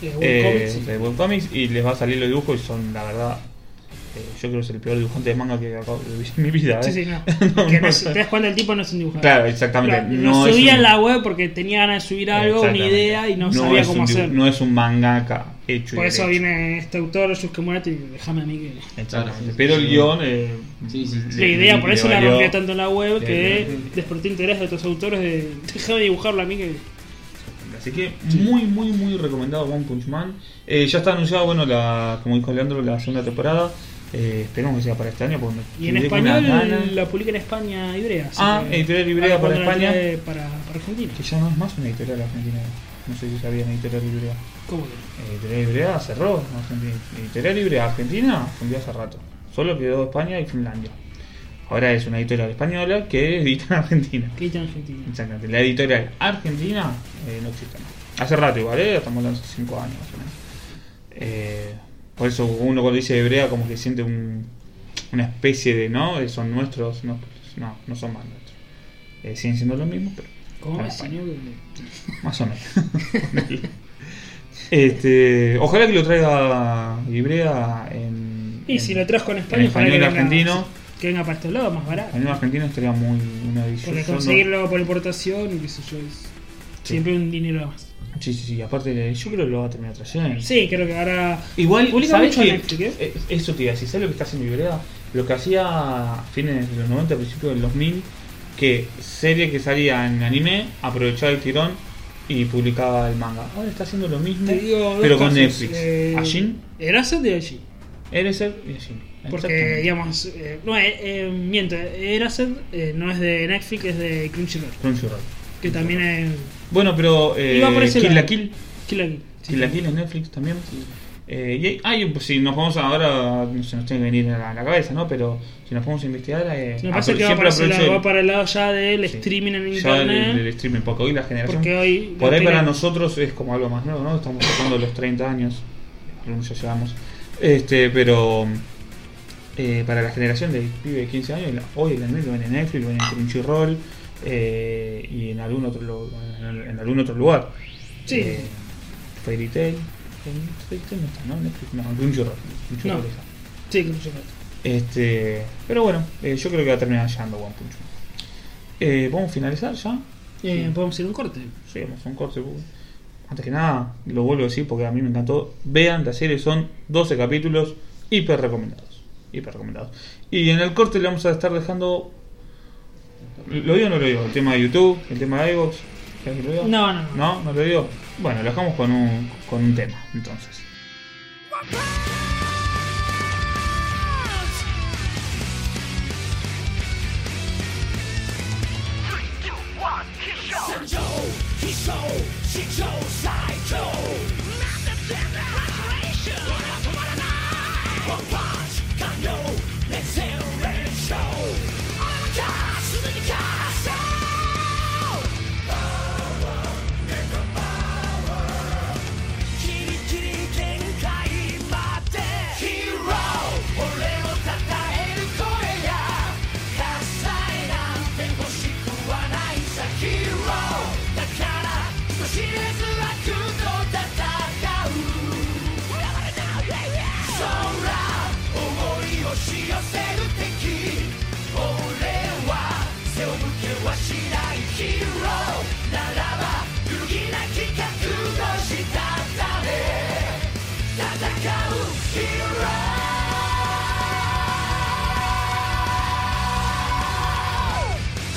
B: Eh,
A: eh,
B: webcomic, sí.
A: de webcomics y les va a salir los dibujos y son, la verdad, eh, yo creo que es el peor dibujante de manga que acabo de ver en mi vida. eh.
B: Sí, sí, no.
A: No,
B: que
A: no,
B: no es- te das cuenta, el tipo no es un dibujante.
A: Claro, exactamente.
B: Claro,
A: no
B: lo
A: es
B: subía
A: un-
B: en la web porque tenía ganas de subir algo, una
A: Exactamente.
B: idea y no, sabía
A: es un
B: cómo
A: dibu-
B: hacerlo.
A: No es un mangaka hecho y
B: Por eso
A: derecho.
B: viene este autor, Yusuke Murata, y déjame a mí que.
A: Exactamente.
C: Claro, sí,
A: Pero
C: sí.
A: el guión. eh,
C: Sí, sí, sí.
A: le-
B: La idea, por
A: le
B: eso la
A: valió.
B: rompió tanto en la web
A: le-
B: que
A: le-
B: despertó interés de otros autores de déjame dibujarlo a mí que.
A: Así que muy, muy, muy recomendado One Punch Man. Eh, ya está anunciado, bueno, la, como dijo Leandro, la segunda temporada. Eh, esperemos que sea para este año. Porque me
B: Y en
A: quedé con unas
B: español
A: ganas.
B: la publica en España Ibrea. así
A: Ah,
B: que-
A: Editorial Ibrea
B: ahora
A: para
B: cuando la
A: España.
B: trae Para, para Argentina.
A: Que ya no es más una editorial argentina. No sé si sabían Editorial Ibrea.
B: ¿Cómo que?
A: Eh, Editorial Ibrea cerró. en Argentina. Editorial Ibrea Argentina fundió hace rato. Solo quedó España y Finlandia. Ahora es una editorial española que edita en Argentina.
B: ¿Qué dice en Argentina?
A: Exactamente, la editorial argentina eh, no existe más. Hace rato igual, ¿eh? estamos hablando hace 5 años más o menos. Eh, por eso uno cuando dice hebrea como que siente un- una especie de, ¿no? Eh, son nuestros, no, no, no son más nuestros. Eh, siguen siendo los mismos, pero
B: ¿Cómo
A: para
B: es?
A: España.
B: señor?
A: Más o menos. este, ojalá que lo traiga Ibrea en...
B: Y si lo traes con España,
A: en
B: ojalá
A: español
B: que venga-
A: argentino. Ah,
B: que venga para estos lados más barato.
A: En argentino estaría muy una edición.
B: Porque
A: yo no-
B: conseguirlo por importación y qué sé yo, es siempre un dinero más.
A: Sí, sí, sí. Aparte, yo creo que lo va a terminar trayendo.
B: Sí, creo que ahora.
A: Igual,
B: publica
A: ¿sabes
B: mucho
A: qué?
B: en Netflix, ¿eh?
A: Eh, Eso te iba a decir, ¿sabes lo que está haciendo Ibrea? Lo que hacía a fines de los 90, principios del 2000, que serie que salía en anime, aprovechaba el tirón y publicaba el manga. Ahora está haciendo lo mismo,
B: Te digo dos
A: pero con
B: casos,
A: Netflix.
B: eh,
A: Ajin,
B: Eraser de Ajin.
A: Ereser
B: eh,
A: y Ajin.
B: Porque,
A: Exactamente.
B: digamos, eh, no, eh, eh, miento, Eraser eh, no es de Netflix, es de Crunchyroll.
A: Crunchyroll.
B: Que también es.
A: Bueno, pero eh,
B: Iba por ese
A: Kill la
B: lado.
A: Kill,
B: Kill la Kill. Sí.
A: Kill la Kill en Netflix también. Eh, y hay, ay, pues si nos vamos ahora, no se nos tiene que venir a la, a la cabeza, ¿no? Pero si nos vamos a investigar, eh,
B: Me parece
A: apro-
B: que va
A: siempre
B: para, ese lado,
A: aprovecho el-
B: va para el lado ya del
A: Sí.
B: streaming en
A: Ya el,
B: internet.
A: el streaming, porque hoy la generación.
B: porque hoy.
A: por
B: no
A: ahí para
B: tiene-
A: nosotros es como algo más nuevo, ¿no? Estamos tocando los 30 años, algunos ya llevamos. Este, pero. eh, para la generación de pibe de 15 años, la- hoy el anime lo ven en Netflix, lo ven en Crunchyroll eh, y en algún otro lu- en, en algún otro lugar.
B: Sí.
A: Eh, Fairy Tail. en- Fairy Tail no está, ¿no? Netflix, no, en Crunchyroll. Crunchyroll
B: No.
A: está.
B: Sí, Crunchyroll.
A: Este, pero bueno, eh, yo creo que va a terminar llegando One Punch Man. Eh, ¿Vamos a finalizar ya?
B: Eh,
A: Sí.
B: Podemos ir a un corte.
A: Sí, vamos a un corte. porque- Antes que nada, lo vuelvo a decir porque a mí me encantó. Vean, la serie son 12 capítulos hiper recomendados. Hiper recomendados. Y en el corte le vamos a estar dejando. ¿Lo digo o no lo digo? El tema de YouTube, el tema de iVoox. ¿Querés que lo diga?
B: No, no, no.
A: ¿No? ¿No lo digo? Bueno, lo dejamos con un, con un tema, entonces.
D: ギリギリ限界まで Hero 俺を称える声や喝采なんて欲しくはないさ Hero だから少しずつ悪と戦う空想いを押し寄せる敵俺は背を向けはしない Hero ならば揺るぎなき覚悟したため叩き孤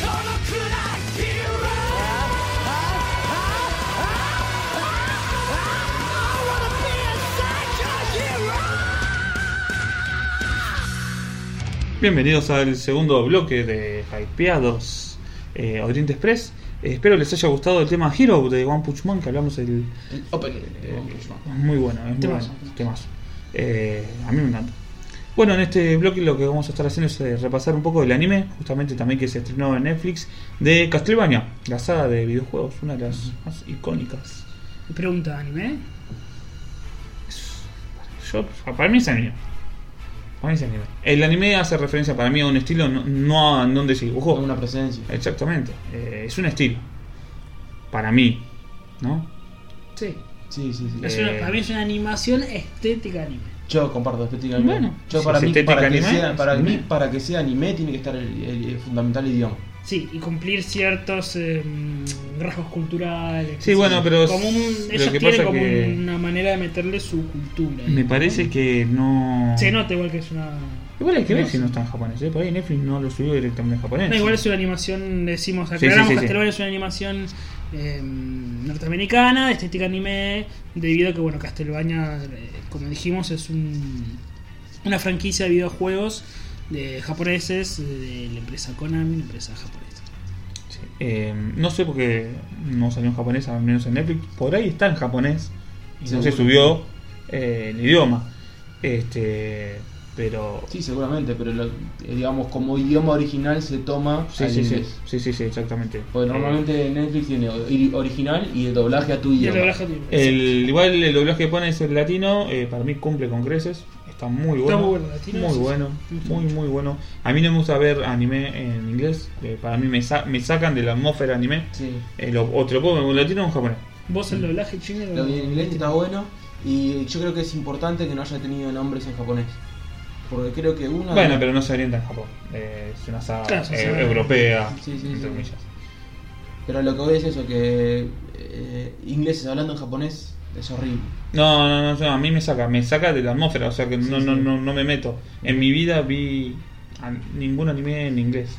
D: 独なヒーロー I wanna be a psycho hero
A: Bienvenidos al segundo bloque de Hypeados eh, Oriente Express. Eh, espero les haya gustado el tema Hero de One Punch Man que Oh. hablamos el.
C: El opening de One Punch Man.
A: Es muy bueno, es muy
B: Temazo.
A: bueno. Temazo. Eh, a mí me encanta. Bueno, en este bloque lo que vamos a estar haciendo es eh, repasar un poco del anime, justamente también que se estrenó en Netflix, de Castlevania, la saga de videojuegos, una de las más icónicas.
B: Pregunta, anime.
A: Yo, para mí es anime. Para mí es anime. El anime hace referencia para mí a un estilo, no, no a donde se dibujó.
C: Con una presencia.
A: Exactamente. Eh, es un estilo. Para mí. ¿No?
B: Sí.
C: Sí, sí, sí.
B: Es
A: Eh.
B: una- para mí es una animación estética anime.
C: Yo comparto estética anime.
A: Bueno,
C: Yo
A: si
C: para
A: es
C: mí,
A: estética
C: para que,
A: anime,
C: sea, para
A: es
C: mí,
A: anime.
C: para que sea anime tiene que estar el, el- el fundamental idioma.
B: Sí, y cumplir ciertos eh, rasgos culturales.
A: Sí, bueno, pero
B: Como un-
A: lo
B: ellos
A: que
B: tienen
A: pasa
B: como
A: que-
B: una manera de meterle su cultura.
A: Me
B: ¿no?
A: parece que no.
B: Se nota igual que es una.
A: Igual hay que ver
B: No
A: si no está en japonés. ¿eh? Por ahí Netflix no lo subió directamente en japonés.
B: No, igual es una animación, decimos,
A: Sí, sí,
B: aclaramos
A: sí, sí.
B: Castlevania es una animación eh, norteamericana, de estética anime, debido a que, bueno, Castlevania, eh, como dijimos, es un, una franquicia de videojuegos de japoneses, de la empresa Konami, una empresa japonesa.
A: Sí. Eh, no sé por qué no salió en japonés, al menos en Netflix. Por ahí está en japonés. Y no
C: Seguro.
A: se subió eh, el idioma. Este. Pero.
C: Sí, seguramente, pero lo- eh, digamos como idioma original se toma
A: Sí,
C: al
A: sí, sí,
C: inglés.
A: sí, sí, sí, exactamente.
C: Porque normalmente Netflix tiene ori- original y el doblaje a tu
B: Y el
C: idioma.
B: doblaje tiene-
A: Eh, El, igual el doblaje que pone es el latino, eh, para mí cumple con creces, está muy bueno.
B: muy bueno, latino,
A: muy
B: sí, sí.
A: bueno, muy muy bueno. A mí no me gusta ver anime en inglés, eh, para mí me, sa- me sacan de la atmósfera anime.
C: Sí.
A: Eh, lo- o te lo puedo ver en latino o en japonés.
B: Vos el este? doblaje chino
A: Mm.
C: Lo que en inglés está bueno y yo creo que es importante que no haya tenido nombres en japonés. Porque creo que una...
A: Bueno, pero no se orienta en Japón, eh, es una saga
B: Claro, es una
A: eh,
B: saga.
A: europea,
C: Sí, sí,
A: entre
C: sí.
A: comillas.
C: pero lo que voy es eso, que eh, ingleses hablando en japonés es horrible.
A: No, no, no, no, a mí me saca, me saca de la atmósfera, o sea que no,
C: sí.
A: no, no, no me meto. En mi vida vi a- ningún anime en inglés.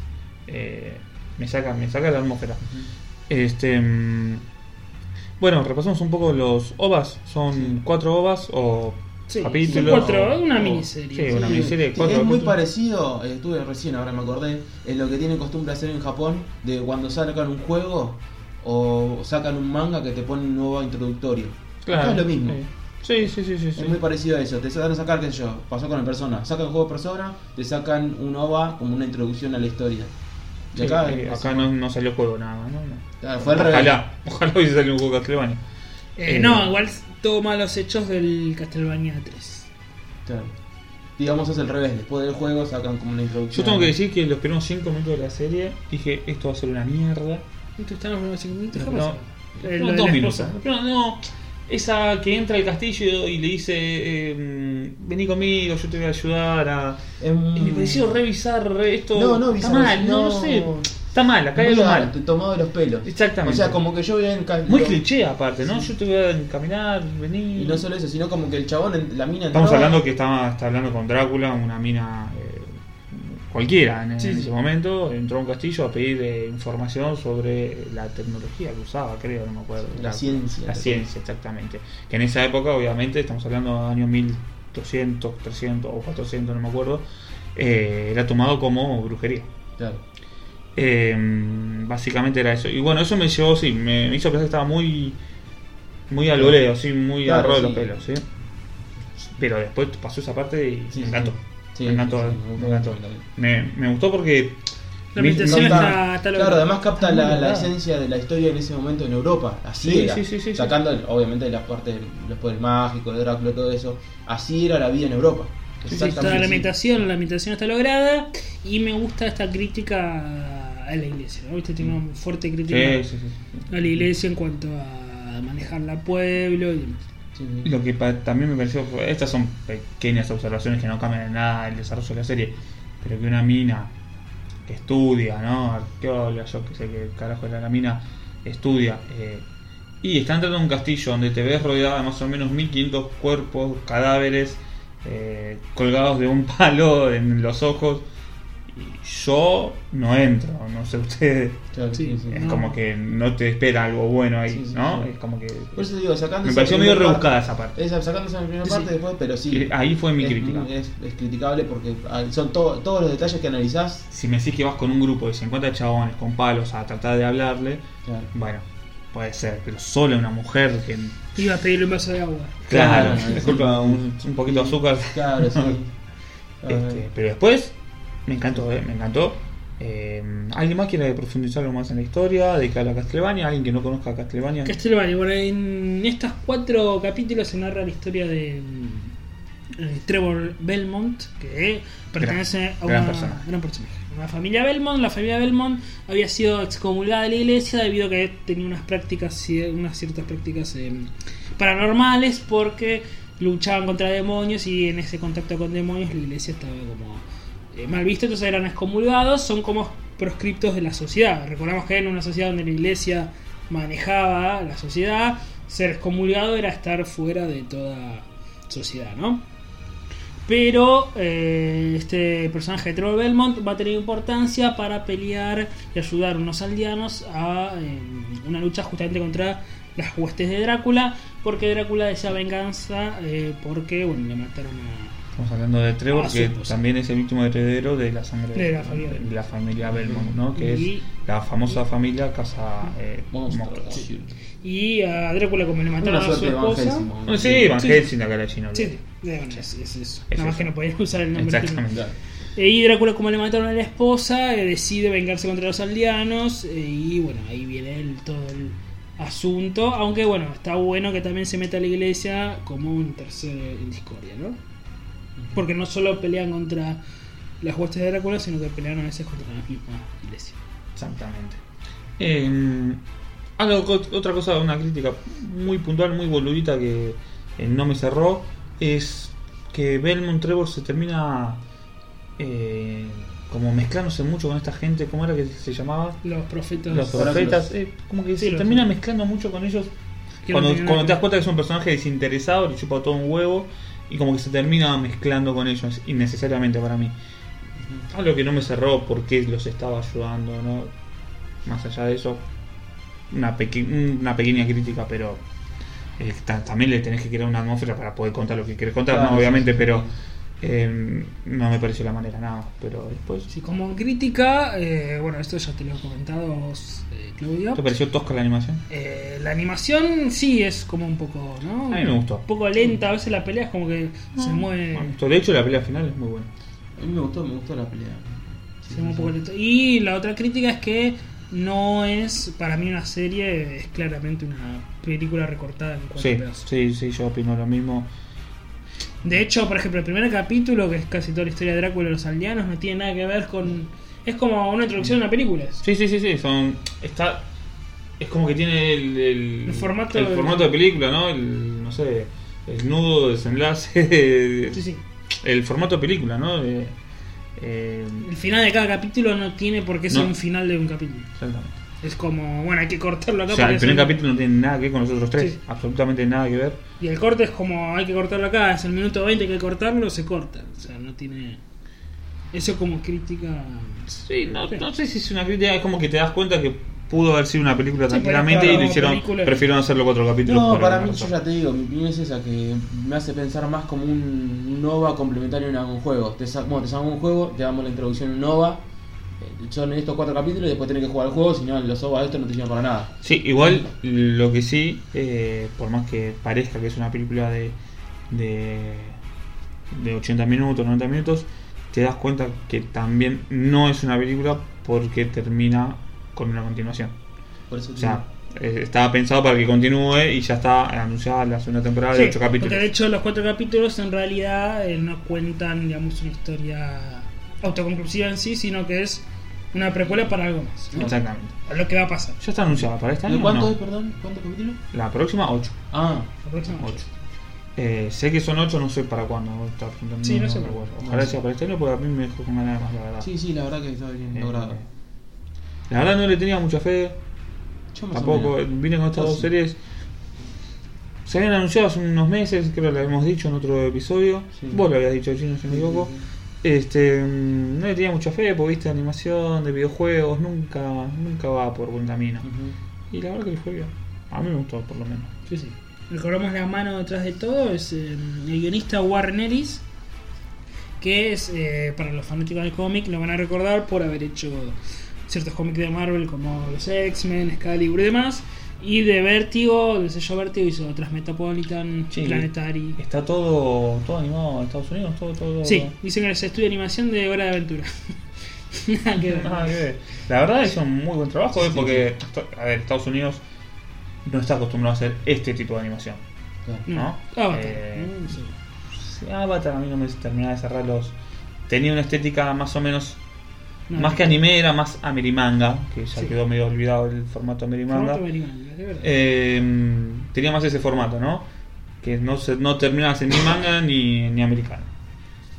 A: Eh, me saca, me saca de la atmósfera. Este. mm, Bueno, repasamos un poco los ovas. Son cuatro ovas o
B: Sí,
A: capítulos.
B: son cuatro,
A: o-
B: una
A: o-
B: miniserie.
A: Sí, una
C: Sí,
A: miniserie de
C: sí,
A: cuatro.
C: Es muy
A: capítulos.
C: parecido, eh, estuve recién, ahora me acordé, en lo que tienen costumbre hacer en Japón, de cuando sacan un juego o sacan un manga que te ponen un nuevo introductorio. Acá es lo mismo.
B: Eh,
A: Sí, sí, sí, sí. sí.
C: Es muy parecido a eso, te sacan a sacar, qué sé yo, pasó con el Persona, sacan el juego Persona, te sacan un OVA como una introducción a la historia. Y
A: Sí,
C: acá,
A: eh,
C: es-
A: acá no, no salió juego nada más. ¿no? No.
C: claro, fue al revés.
A: Ojalá, ojalá hubiese salido un juego de Castlevania.
B: Eh, no, igual toma los hechos del Castlevania 3.
C: Claro. Digamos es el revés, después del juego sacan como una
A: Yo
C: introducción.
A: tengo que decir que los primeros 5 minutos de la serie dije esto va a ser una mierda.
C: Eh,
B: ¿Esto está en los primeros cinco minutos? ¿Qué
A: No,
B: pasa? Eh,
A: no,
B: lo de
A: dos
B: la
A: minutos.
B: esposa.
A: No, no, esa que entra al castillo y le dice eh, vení conmigo, yo te voy a ayudar a.
C: Es
A: Y me pareció revisar esto.
C: No, no,
A: está
C: bizarro,
A: mal, no,
C: no.
A: no sé. Está mal, acá hay algo
C: muy
A: mal.
C: mal, tomado de los pelos.
A: Exactamente.
C: O sea, como que yo voy en ca-
A: Muy
C: lo-
A: cliché aparte, ¿no? Yo te voy a encaminar, vení.
C: Y no solo eso, sino como que el chabón, en- la mina
A: Estamos
C: entró-
A: hablando que estaba, está hablando con Drácula, una mina eh, cualquiera en, en
B: Sí,
A: ese
B: sí.
A: momento. Entró a un castillo a pedir eh, información sobre la tecnología que usaba, creo, no me acuerdo.
C: La ciencia.
A: La ciencia, exactamente. Que en esa época, obviamente, estamos hablando de años 1200, 300 o 400, no me acuerdo, eh, era tomado como brujería.
C: Claro.
A: Eh, básicamente era eso. Y bueno, eso me llevó, sí, me, me hizo pensar que estaba muy. Muy al voleo, sí, muy
C: Claro,
A: agarrado de
C: sí.
A: los pelos, sí. Pero después pasó esa parte y
C: Sí,
A: me
C: sí,
A: encantó.
C: sí.
A: me encantó,
C: Sí, sí, sí,
A: me
C: me
A: encantó.
C: encantó.
A: Me, me gustó porque.
B: La
A: me-
B: ambientación
A: me-
B: está- logrado.
C: claro, además
A: Está
C: capta
A: muy
C: la, la
A: logrado.
C: esencia de la historia en ese momento en Europa, así
A: Sí,
C: era.
A: sí, sí, sí, sí.
C: Sacando, obviamente, las partes, los poderes mágicos, de Drácula, todo eso. Así era la vida en Europa.
B: Sí, sí, toda la
C: así.
B: ambientación, la ambientación está lograda y me gusta esta crítica a la iglesia, ¿no? Viste, tiene una fuerte crítica
A: Sí, sí, sí.
B: a la iglesia en cuanto a manejar la pueblo y demás.
C: Sí, sí.
A: Lo que pa- también me pareció, fue- estas son pequeñas observaciones que no cambian en nada el desarrollo de la serie, pero que una mina que estudia, ¿no? Arqueóloga, yo que sé qué carajo era la mina, estudia. eh, y está entrando en un castillo donde te ves rodeada de más o menos 1500 cuerpos, cadáveres, eh, colgados de un palo en los ojos. Y yo no entro, no sé ustedes.
C: Claro,
B: Sí,
C: sí, sí.
A: Es
B: No.
A: como que no te espera algo bueno ahí,
C: Sí, sí,
A: ¿no?
C: sí.
A: Es como que.
C: Por eso te digo, sacando
A: me
C: esa
A: pareció medio
C: primera
A: rebuscada
C: parte-
A: esa parte.
C: Esa, sacando esa primera
B: Sí,
C: parte
B: sí.
C: después, pero sí.
A: Que ahí fue mi
C: es,
A: crítica.
C: Es, es criticable porque ah, son to- todos los detalles que analizás.
A: Si me decís que vas con un grupo de 50 chabones con palos a tratar de hablarle,
C: Claro.
A: bueno, puede ser, pero solo una mujer que.
B: Iba a pedirle un vaso de agua.
A: Claro,
C: Claro,
A: disculpa, un, un poquito de azúcar.
C: Claro, sí. Ah,
A: Este, pero después, me encantó, eh, me encantó. Eh, ¿Alguien más quiere profundizar algo más en la historia? ¿Dedicar a Castlevania? ¿Alguien que no conozca a Castlevania?
B: Castlevania, bueno, en estos cuatro capítulos se narra la historia de mm, eh, Trevor Belmont, que pertenece
A: Gran-
B: a una
A: gran personaje.
B: gran personaje. Una familia Belmont, la familia Belmont había sido excomulgada de la iglesia debido a que tenía unas prácticas, cier- unas ciertas prácticas eh, paranormales porque luchaban contra demonios y en ese contacto con demonios la iglesia estaba como eh, mal vista, entonces eran excomulgados, son como proscriptos de la sociedad. Recordamos que en una sociedad donde la iglesia manejaba la sociedad, ser excomulgado era estar fuera de toda sociedad, ¿no? Pero eh, este personaje de Trevor Belmont va a tener importancia para pelear y ayudar a unos aldeanos a eh, una lucha justamente contra las huestes de Drácula, porque Drácula desea venganza eh, porque bueno, le mataron a...
A: Estamos hablando de Trevor,
B: Ah, sí,
A: que
B: pues.
A: también es el último heredero de la sangre
B: De la familia.
A: de la familia Belmont, ¿no? Que
B: Y-
A: es la famosa familia Casa eh,
C: Monstruo.
A: Monstruos.
C: Sí.
B: Y a Drácula como le mataron
C: Una
B: a su
C: suerte de Van
B: esposa...
C: Helsing, ¿no?
A: No, sí, Van
B: Sí.
A: Helsing, la cara china.
B: Sí,
A: olvídate.
B: de bueno, es, es eso.
A: Es
B: Nada más
A: eso.
B: que no podías usar el nombre.
A: Exactamente.
C: Claro.
B: Eh, Y Drácula, como le mataron a la esposa, eh, decide vengarse contra los aldeanos. eh, y bueno, ahí viene el- todo el asunto. Aunque bueno, está bueno que también se meta a la iglesia como un tercer eh, en discordia, ¿no? Porque no solo pelean contra las huestes de Drácula, sino que pelean a veces contra la misma iglesia.
A: Exactamente. Eh, algo co- otra cosa, una crítica muy puntual, muy boludita que eh, no me cerró, es que Belmont Trevor se termina eh, como mezclándose mucho con esta gente, ¿cómo era que se llamaba?
B: Los profetas.
A: Los
C: oráculos.
A: profetas, eh, como que
B: Sí,
A: se
B: los-
A: termina mezclando mucho con ellos.
B: Que no
A: Cuando,
B: tienen
A: cuando
B: nada
A: te das
B: que-
A: cuenta que es un personaje desinteresado, le chupa todo un huevo y como que se termina mezclando con ellos, innecesariamente para mí. Algo que no me cerró porque los estaba ayudando, ¿no? Más allá de eso, una, peque- una pequeña crítica, pero eh, ta- también le tenés que crear una atmósfera para poder contar lo que querés contar,
C: Claro,
A: ¿no?
C: sí,
A: obviamente,
C: sí,
A: pero
C: sí.
A: eh, no me pareció la manera nada, pero después...
B: Sí, como crítica, eh, bueno, esto ya te lo he comentado, vos, eh, Claudio.
A: ¿Te pareció tosca la animación?
B: Eh, la animación sí es como un poco, ¿no?
A: A mí me gustó.
B: Un poco lenta, a veces la pelea es como que se mueve.
A: Bueno, esto, de hecho, la pelea final es muy buena.
C: A mí me gustó, me gustó la pelea. Sí,
B: se mueve un
C: sí,
B: poco
C: sí.
B: lento. Y la otra crítica es que no es, para mí, una serie, es claramente una
C: Ah.
B: película recortada en cuatro
A: Sí,
B: pedazos.
A: sí, sí, yo opino lo mismo.
B: De hecho, por ejemplo, el primer capítulo, que es casi toda la historia de Drácula y los aldeanos, no tiene nada que ver con. Es como una introducción a una película.
A: Sí, sí, sí, sí, son. Está. Es como que tiene el. El,
B: El formato
A: el
B: de-
A: formato de película, ¿no? El. No sé. El nudo, desenlace.
B: Sí, sí.
A: El formato de película, ¿no? De- eh,
B: El final de cada capítulo no tiene por qué ser
A: No.
B: un final de un capítulo.
A: exactamente.
B: Es como, bueno, hay que cortarlo acá.
A: O sea,
B: porque
A: el primer
B: es un-
A: capítulo no tiene nada que ver con los otros tres.
B: Sí.
A: Absolutamente nada que ver.
B: Y el corte es como hay que cortarlo acá, es el minuto 20 que hay que cortarlo, se corta. O sea, no tiene. Eso como crítica.
A: Sí, no,
B: Sí.
A: no sé si es una crítica. Es como que te das cuenta que pudo haber sido una película
B: Sí,
A: tranquilamente
B: pero
A: y lo
B: como
A: hicieron.
B: película-
A: Prefirieron hacerlo cuatro capítulos.
C: No,
A: por
C: para
A: alguna
C: mí, yo
A: razón.
C: ya te digo, mi opinión es esa, que me hace pensar más como un Nova complementario en algún juego. Te sa- bueno, te sacamos un juego, te damos la introducción en Nova, eh, son estos cuatro capítulos y después tenés que jugar al juego, si no, los OVA estos no te sirven para nada.
A: Sí, igual lo que sí, eh, por más que parezca que es una película de, de, de 80 minutos, 90 minutos, te das cuenta que también no es una película porque termina con una continuación.
C: Por eso
A: O sea, eh, estaba pensado para que continúe y ya está anunciada la segunda temporada Ah, de
B: Sí,
A: 8
B: Porque de
A: capítulos.
B: hecho, los cuatro capítulos en realidad eh, no cuentan, digamos, una historia autoconclusiva en sí, sino que es una precuela para algo más. ¿no?
A: Exactamente.
B: Para lo que va a pasar.
A: Ya está anunciada para este
C: ¿De
A: año.
C: ¿Eh, cuánto
A: o
C: es,
A: no?
C: perdón? ¿Cuántos capítulos?
A: La próxima, 8.
C: Ah,
B: La próxima.
A: 8. Eh, sé que son 8, no sé para cuándo. está-
B: Sí, no sé
A: me
B: para
A: acuerdo.
C: cuándo.
A: Ojalá sea para este año porque a mí me dejó con ganas de más, la verdad.
C: sí, sí, la verdad que está bien
A: Eh,
C: logrado.
A: La verdad no le tenía mucha fe,
C: Yo más o
A: tampoco.
C: menos.
A: Vine con estas
C: Yo
A: dos
C: sí.
A: series Se habían anunciado hace unos meses, creo que lo habíamos dicho en otro episodio.
C: Sí.
A: Vos lo habías dicho, Chino, si no me
C: Sí,
A: equivoco.
C: sí,
A: Este, mm, no le tenía mucha fe, porque viste animación de videojuegos, nunca, nunca va por buen camino.
C: Ujú.
A: Y la verdad que le fue bien. A mí me gustó, por lo menos.
B: Sí, sí. Recordamos la mano detrás de todo, es eh, el guionista Warren Ellis, que es, eh, para los fanáticos del cómic, lo van a recordar por haber hecho ciertos cómics de Marvel como los X-Men, Excalibur y demás, y de Vértigo, del sello Vértigo, hizo otras Metropolitan,
A: Sí.
B: Planetary.
A: Está todo, todo animado en Estados Unidos, todo, todo.
B: Sí, dicen que es estudio de animación de Hora de Aventura. Nada que ver.
A: Nada que ver. La verdad hizo un muy buen trabajo, eh, porque a ver, Estados Unidos no está acostumbrado a hacer este tipo de animación.
C: Claro.
B: No,
A: ¿no?
B: Avatar,
A: Eh,
B: ¿no? Sí.
A: Sí, Avatar a mí no me terminaba de cerrar los. Tenía una estética más o menos.
B: No,
A: más que anime, era más amerimanga, que ya
B: Sí.
A: quedó medio olvidado el formato
B: formato
A: amerimanga.
B: americano, de verdad.
A: Eh, tenía más ese formato, ¿no? Que no, se, no terminabas en ni manga ni, ni americano.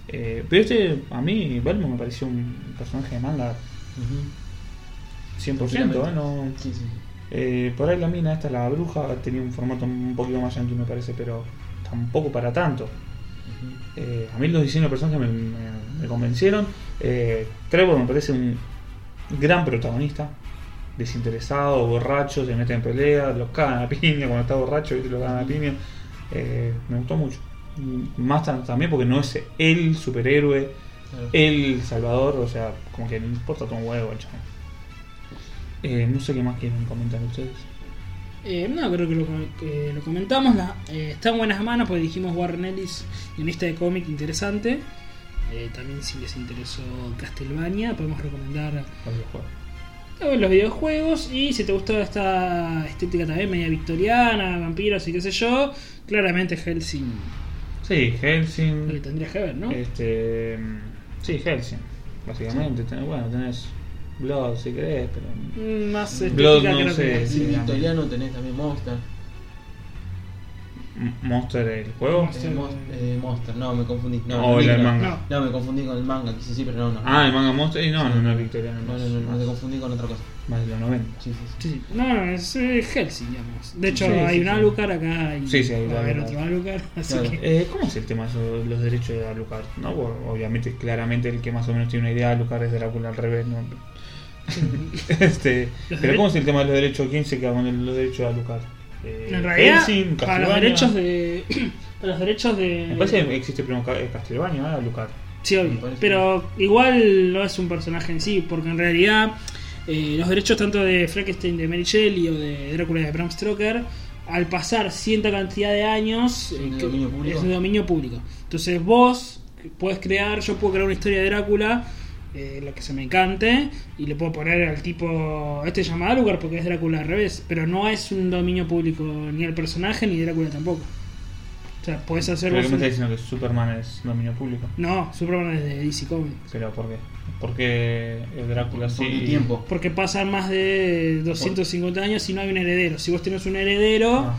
A: Eh, pero este, a mí, Belmo me pareció un personaje de manga
C: Ujú.
A: 100%, ¿eh? No-
C: Sí, sí.
A: eh, por ahí la mina, esta, la bruja, tenía un formato un poquito más yankee, me parece, pero tampoco para tanto.
C: Ujú.
A: Eh, a mí los diseños de personajes me, me- me convencieron. Eh, Trevor me parece un gran protagonista. Desinteresado, borracho, se mete en pelea, los cagan a piña cuando está borracho, ¿viste? lo cagan a piña. Eh, me gustó mucho. Mm, Más tan- también porque no es el superhéroe,
C: Claro.
A: el salvador, o sea, como que no importa todo un huevo el chabón. Eh, no sé qué más quieren comentar ustedes.
B: Eh, no, creo que lo, com- que lo comentamos. la- eh, está en buenas manos porque dijimos Warren Ellis, guionista de cómic interesante. Eh, también si les interesó Castlevania, podemos recomendar
A: los videojuegos.
B: eh, los videojuegos. Y si te gustó esta estética también, media victoriana, vampiros y qué sé yo, claramente Helsing
A: Sí, Helsing.
B: lo que tendrías que ver, ¿no?
A: Este. mm, Sí, Helsing. Básicamente, Tenés- bueno, tenés Blood si querés, pero.
B: Mm, Más
A: Blood,
B: estética
A: no
B: creo que
A: sé.
C: Y
A: sí,
C: Eh, victoriano tenés también Monster.
A: M- Monster el juego.
B: Monster.
C: Eh, Monst- eh, Monster, no, me confundí. No,
A: o
C: no,
A: el
C: no.
A: manga.
B: No.
C: No, me confundí con el manga, quise decir, pero no, no.
A: Ah, el manga Monster. Y no,
C: Sí.
A: no, no es victoriano.
C: No,
A: más,
C: no, no, no,
A: más-
C: me confundí con otra cosa.
A: más de los 90.
C: Sí, sí, sí.
B: Sí, sí. No, no, es eh, Helsing, digamos. De hecho,
A: Sí,
B: hay
A: sí,
B: un
A: sí.
B: Alucard acá y
A: Sí, sí, hay
B: va a
A: un
B: haber
A: Alucard.
B: otro Alucard. Así
C: Claro.
B: que.
A: Eh, ¿Cómo es el tema sobre los derechos de Alucard? ¿No? Bueno, obviamente, claramente, el que más o menos tiene una idea de Alucard es Drácula al revés. ¿no? este,
B: Los
A: pero,
B: dere-
A: ¿cómo es el tema de los derechos? ¿Quién se queda con el- los derechos de Alucard? Eh,
B: En realidad,
A: Hellsing,
B: para los
A: Castlevania.
B: derechos de. para los derechos de.
A: Me parece que existe primero Ca- eh, Castlevania, ¿no? Alucard.
B: Sí, obvio.
C: Me parece
B: Pero igual no es un personaje en sí, porque en realidad eh, los derechos tanto de Frankenstein, de Mary Shelley o de Drácula de Bram Stoker, al pasar cierta cantidad de años,
C: ¿Es
B: eh,
C: de
B: que-
C: dominio público?
B: es de dominio público. Entonces vos puedes crear, yo puedo crear una historia de Drácula. eh, lo que se me encante y le puedo poner al tipo este se llama Alugar porque es Drácula al revés pero no es un dominio público ni el personaje ni Drácula tampoco o sea podés hacer
A: Pero que
B: vos
A: me
B: un-
A: está diciendo que Superman es dominio público.
B: no Superman es de DC Comics
A: Pero ¿por qué? Porque el Drácula sí.
C: Por mi tiempo.
B: Porque pasan más de 250 años y no hay un heredero. Si vos tenés un heredero,
A: Ah,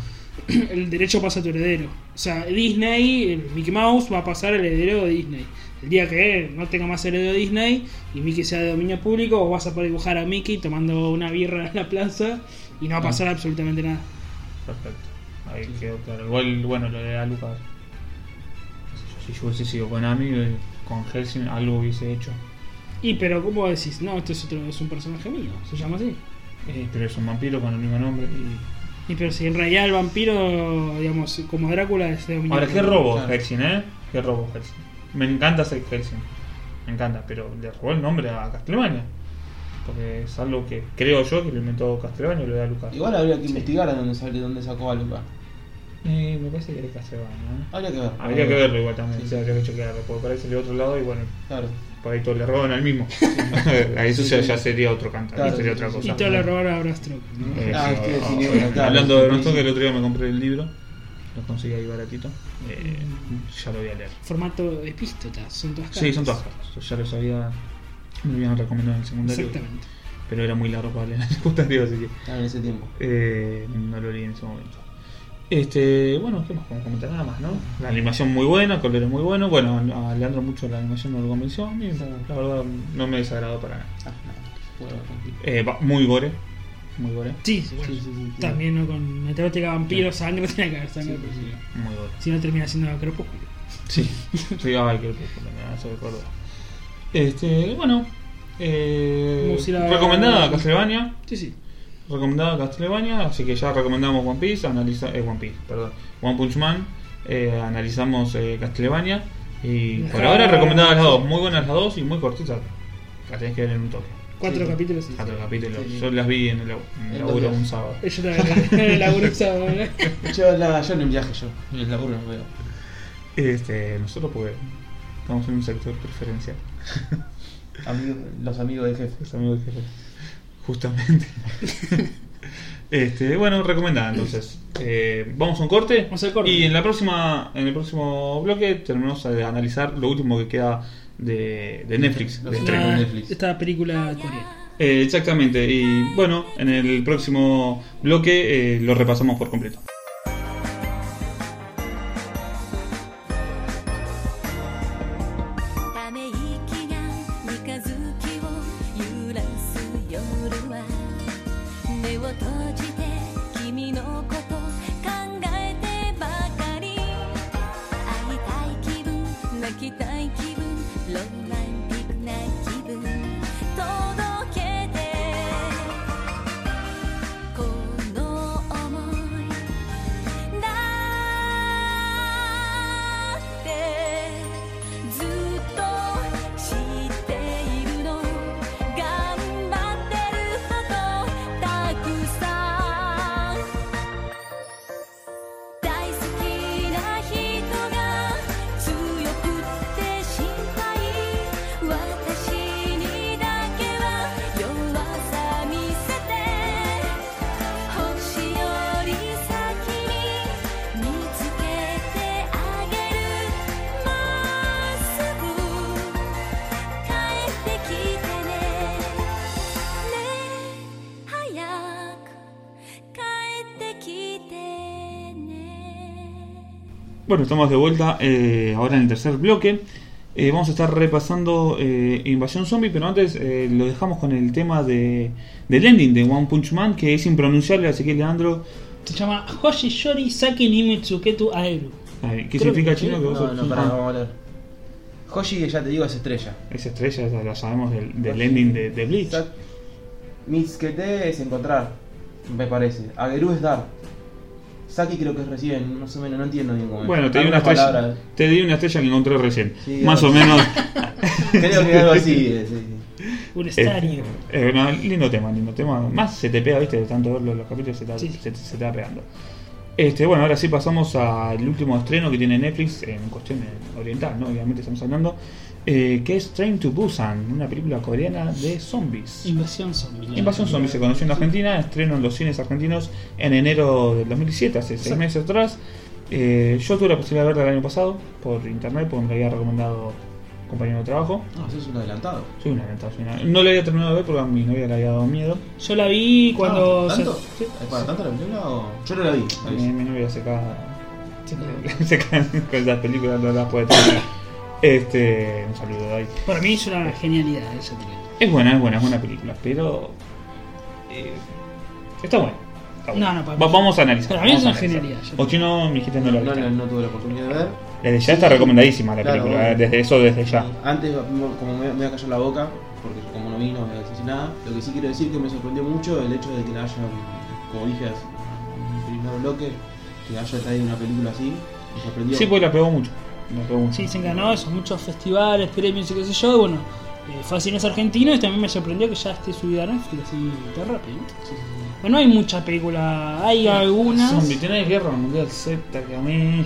B: el derecho pasa a tu heredero. O sea, Disney, el Mickey Mouse va a pasar al heredero de Disney. El día que no tenga más heredero Disney y Mickey sea de dominio público, vos vas a poder dibujar a Mickey tomando una birra en la plaza y
A: Ah.
B: no va a pasar absolutamente nada.
A: perfecto. Ahí quedó claro. Igual, bueno, lo de Alucard. No sé yo, Si yo hubiese sido Konami, eh, con Helsing algo hubiese hecho.
B: Y pero, ¿cómo vos decís? No, esto es, otro, es un personaje mío, se llama así.
A: Eh, pero es un vampiro con el mismo nombre. Y...
B: Y pero si en realidad el vampiro, digamos, como Drácula es de dominio
A: Ahora, qué
B: público.
A: robo
C: Claro.
A: Helsing, ¿eh? Qué robo Helsing. Me encanta ser Helsing. Me encanta, pero le robó el nombre a Castlevania. Porque es algo que creo yo que lo inventó Castlevania y lo de Alucard.
C: Igual habría que investigar a dónde, sale, dónde sacó a Luca.
A: Eh, me parece que es Castlevania, ¿eh?
C: Habría que ver.
A: Habría que verlo igual también,
C: Sí,
A: o sea,
C: sí.
A: habría que chequearlo, porque parece de otro lado y bueno,
C: Claro.
A: por ahí todos le roban al mismo. A eso
C: Sí,
A: ya,
C: sí.
A: ya sería otro cantar,
C: Claro,
A: sería
C: sí,
A: otra
C: sí,
A: cosa.
B: Y todo lo robaron a Brastroke. ¿no?
A: Eh,
C: Ah,
A: sí,
C: estoy
A: o-
C: definido,
A: o-
C: claro,
A: Hablando de
C: sí,
A: Braston,
C: sí.
A: que el otro día me compré el libro, lo conseguí ahí baratito,
C: Mm.
A: eh, ya lo voy a leer.
B: formato epístota, son todas cartas.
A: Sí, son todas cartas, yo ya los había, me lo habían recomendado en el secundario,
B: Exactamente.
A: pero era muy largo para leer en el secundario, así que
C: Claro, en ese tiempo.
A: eh, no lo leí en ese momento. Este, bueno, ¿qué más podemos comentar? Nada más, ¿no? La animación muy buena, colores muy buenos. Bueno, a Leandro mucho la animación no lo convenció. A mí, la verdad, no me desagradó para nada.
C: Ah, no. Bueno, tranquilo.
A: Eh, va- muy gore. Muy gore.
B: Sí, sí, bueno.
C: Sí, sí, sí, sí.
B: También ¿no? con Meteorótica, Vampiro, Sangre, tiene que haber sangre.
C: Sí,
B: porque
C: sí, sí.
A: Muy gore.
B: Si no termina siendo Crepúsculo.
A: Sí, sí, ay, creo que me hace recuerdo. Este, bueno. Eh,
B: Música-
A: recomendada Castlevania.
B: Sí, sí.
A: Recomendada Castlevania. Así que ya recomendamos One Piece. Analiza, eh, One Piece, perdón. One Punch Man. eh, analizamos eh, Castlevania. Y por
B: Dejá-
A: ahora recomendadas las dos. Muy buenas las dos y muy cortitas. Las tenés que ver en un toque.
B: Cuatro
C: Sí.
B: capítulos. Sí.
A: Cuatro capítulos.
C: Sí, sí.
A: Yo las vi en el, labu- en el
C: En dos
A: laburo
C: días.
A: un sábado.
B: Yo también, la gurusa, ¿verdad?
C: Yo, la, yo en un viaje, yo. En el laburo no veo.
A: Este, nosotros porque estamos en un sector preferencial.
C: Amigos, los amigos del jefe.
A: Los amigos de jefe. Justamente. este, bueno, recomendada entonces. Eh, vamos a un corte.
B: Vamos al corte.
A: Y en la próxima, en el próximo bloque terminamos de analizar lo último que queda de, de Netflix.
C: Los
A: de
C: últimos.
A: estreno.
B: Una-
C: Netflix.
B: Esta película coreana.
A: Eh, exactamente. Y bueno, en el próximo bloque eh, lo repasamos por completo.
E: ため息が三日月を揺らす夜は目を閉じて君のこと考えてばかり会いたい気分泣きたい気分ロマンティックな気分届けてこの想いだってずっと知っているの頑張ってることたくさん大好きな人が強くって心配私にだけは弱さ見せて星より先に見つけてあげるまっすぐ帰ってきてねねえ早く帰ってきてね
A: Bueno, estamos de vuelta eh, ahora en el tercer bloque. Eh, vamos a estar repasando eh, Invasión Zombie, pero antes eh, lo dejamos con el tema de, del ending de One Punch Man, que es impronunciable, así que Leandro,
B: Se llama Hoshi Shori Saki ni Mitsuketu Aeru.
A: eh, ¿qué
B: Creo
A: significa
B: que
A: chino?
B: sí.
A: Que vos
C: No,
A: sos-
C: no, pará,
A: Ah,
C: vamos a hablar. Hoshi, que ya te digo, es estrella.
A: Esa estrella esa la sabemos del,
C: Pues
A: del ending de, de Bleach.
C: Sa- Mitskete es encontrar, me parece. Ageru es dar. Saki creo que es recién, más o menos, no entiendo bien cómo es.
A: Bueno, te di, una
C: Algunas
A: estrella,
C: palabras.
A: te di una estrella que encontré recién.
C: Sí,
A: Más o
C: algo
A: menos.
C: Creo que algo así, eh, sí, sí.
B: Un
A: Eh,
B: estadio.
A: eh, no, lindo tema, lindo tema. Más se te pega, viste, de tanto verlo en los capítulos se te,
B: Sí.
A: se, te- se te va pegando. Este, bueno, ahora sí pasamos al último estreno que tiene Netflix en cuestión oriental, ¿no? Obviamente estamos hablando. eh, que es Train to Busan, una película coreana de zombies.
B: Invasión zombie.
A: Invasión Zombie se conoció en Argentina, estreno en los cines argentinos en enero del 2007, hace seis
B: Exacto.
A: meses atrás. Eh, yo tuve la posibilidad de verla el año pasado por internet, porque me la había recomendado compañero de trabajo.
C: No, eso es un adelantado.
A: Soy una adelantada, soy una- No la había terminado de ver porque a mi novia le había dado miedo.
B: Yo la vi cuando.
C: Ah, ¿Tanto?
B: se-
C: ¿Es ¿Para tanto la película o...? Yo no la vi.
A: A mi, mi novia se caga. Se caga con esas películas, no las puede terminar. Este. Un saludo ahí.
B: Para mí es una genialidad esa película.
A: Es buena, es buena, es buena película, pero. eh, está buena. está buena.
B: No, no, para
A: Va-
B: mí-
A: vamos a analizar.
B: para mí es
A: vamos a
B: una
A: analizar.
B: genialidad, yo-
A: O chino, mi hijita no
C: No,
A: la
C: no,
A: viste.
C: no, no tuve la oportunidad de ver.
A: Desde ya está recomendadísima la
C: Claro,
A: película,
C: bueno.
A: eh, desde eso, desde ya.
C: Antes, mo- como me, me voy a callar la boca, porque como no vino, no voy a decir nada. Lo que sí quiero decir que me sorprendió mucho el hecho de que la hayan, como dije hace en el primer bloque, que haya traído una película así. Me sorprendió.
A: Sí, pues la pegó mucho. La pegó mucho.
B: Sí, se enganó eso, muchos festivales, premios y qué sé yo. y Bueno, eh, fue a cines argentinos y también me sorprendió que ya esté subida a Netflix así tan rápido. ¿no?
C: Sí, sí, sí.
B: Bueno, hay mucha película, hay algunas.
A: Zombie, tenés guerra mundial Z que a mí.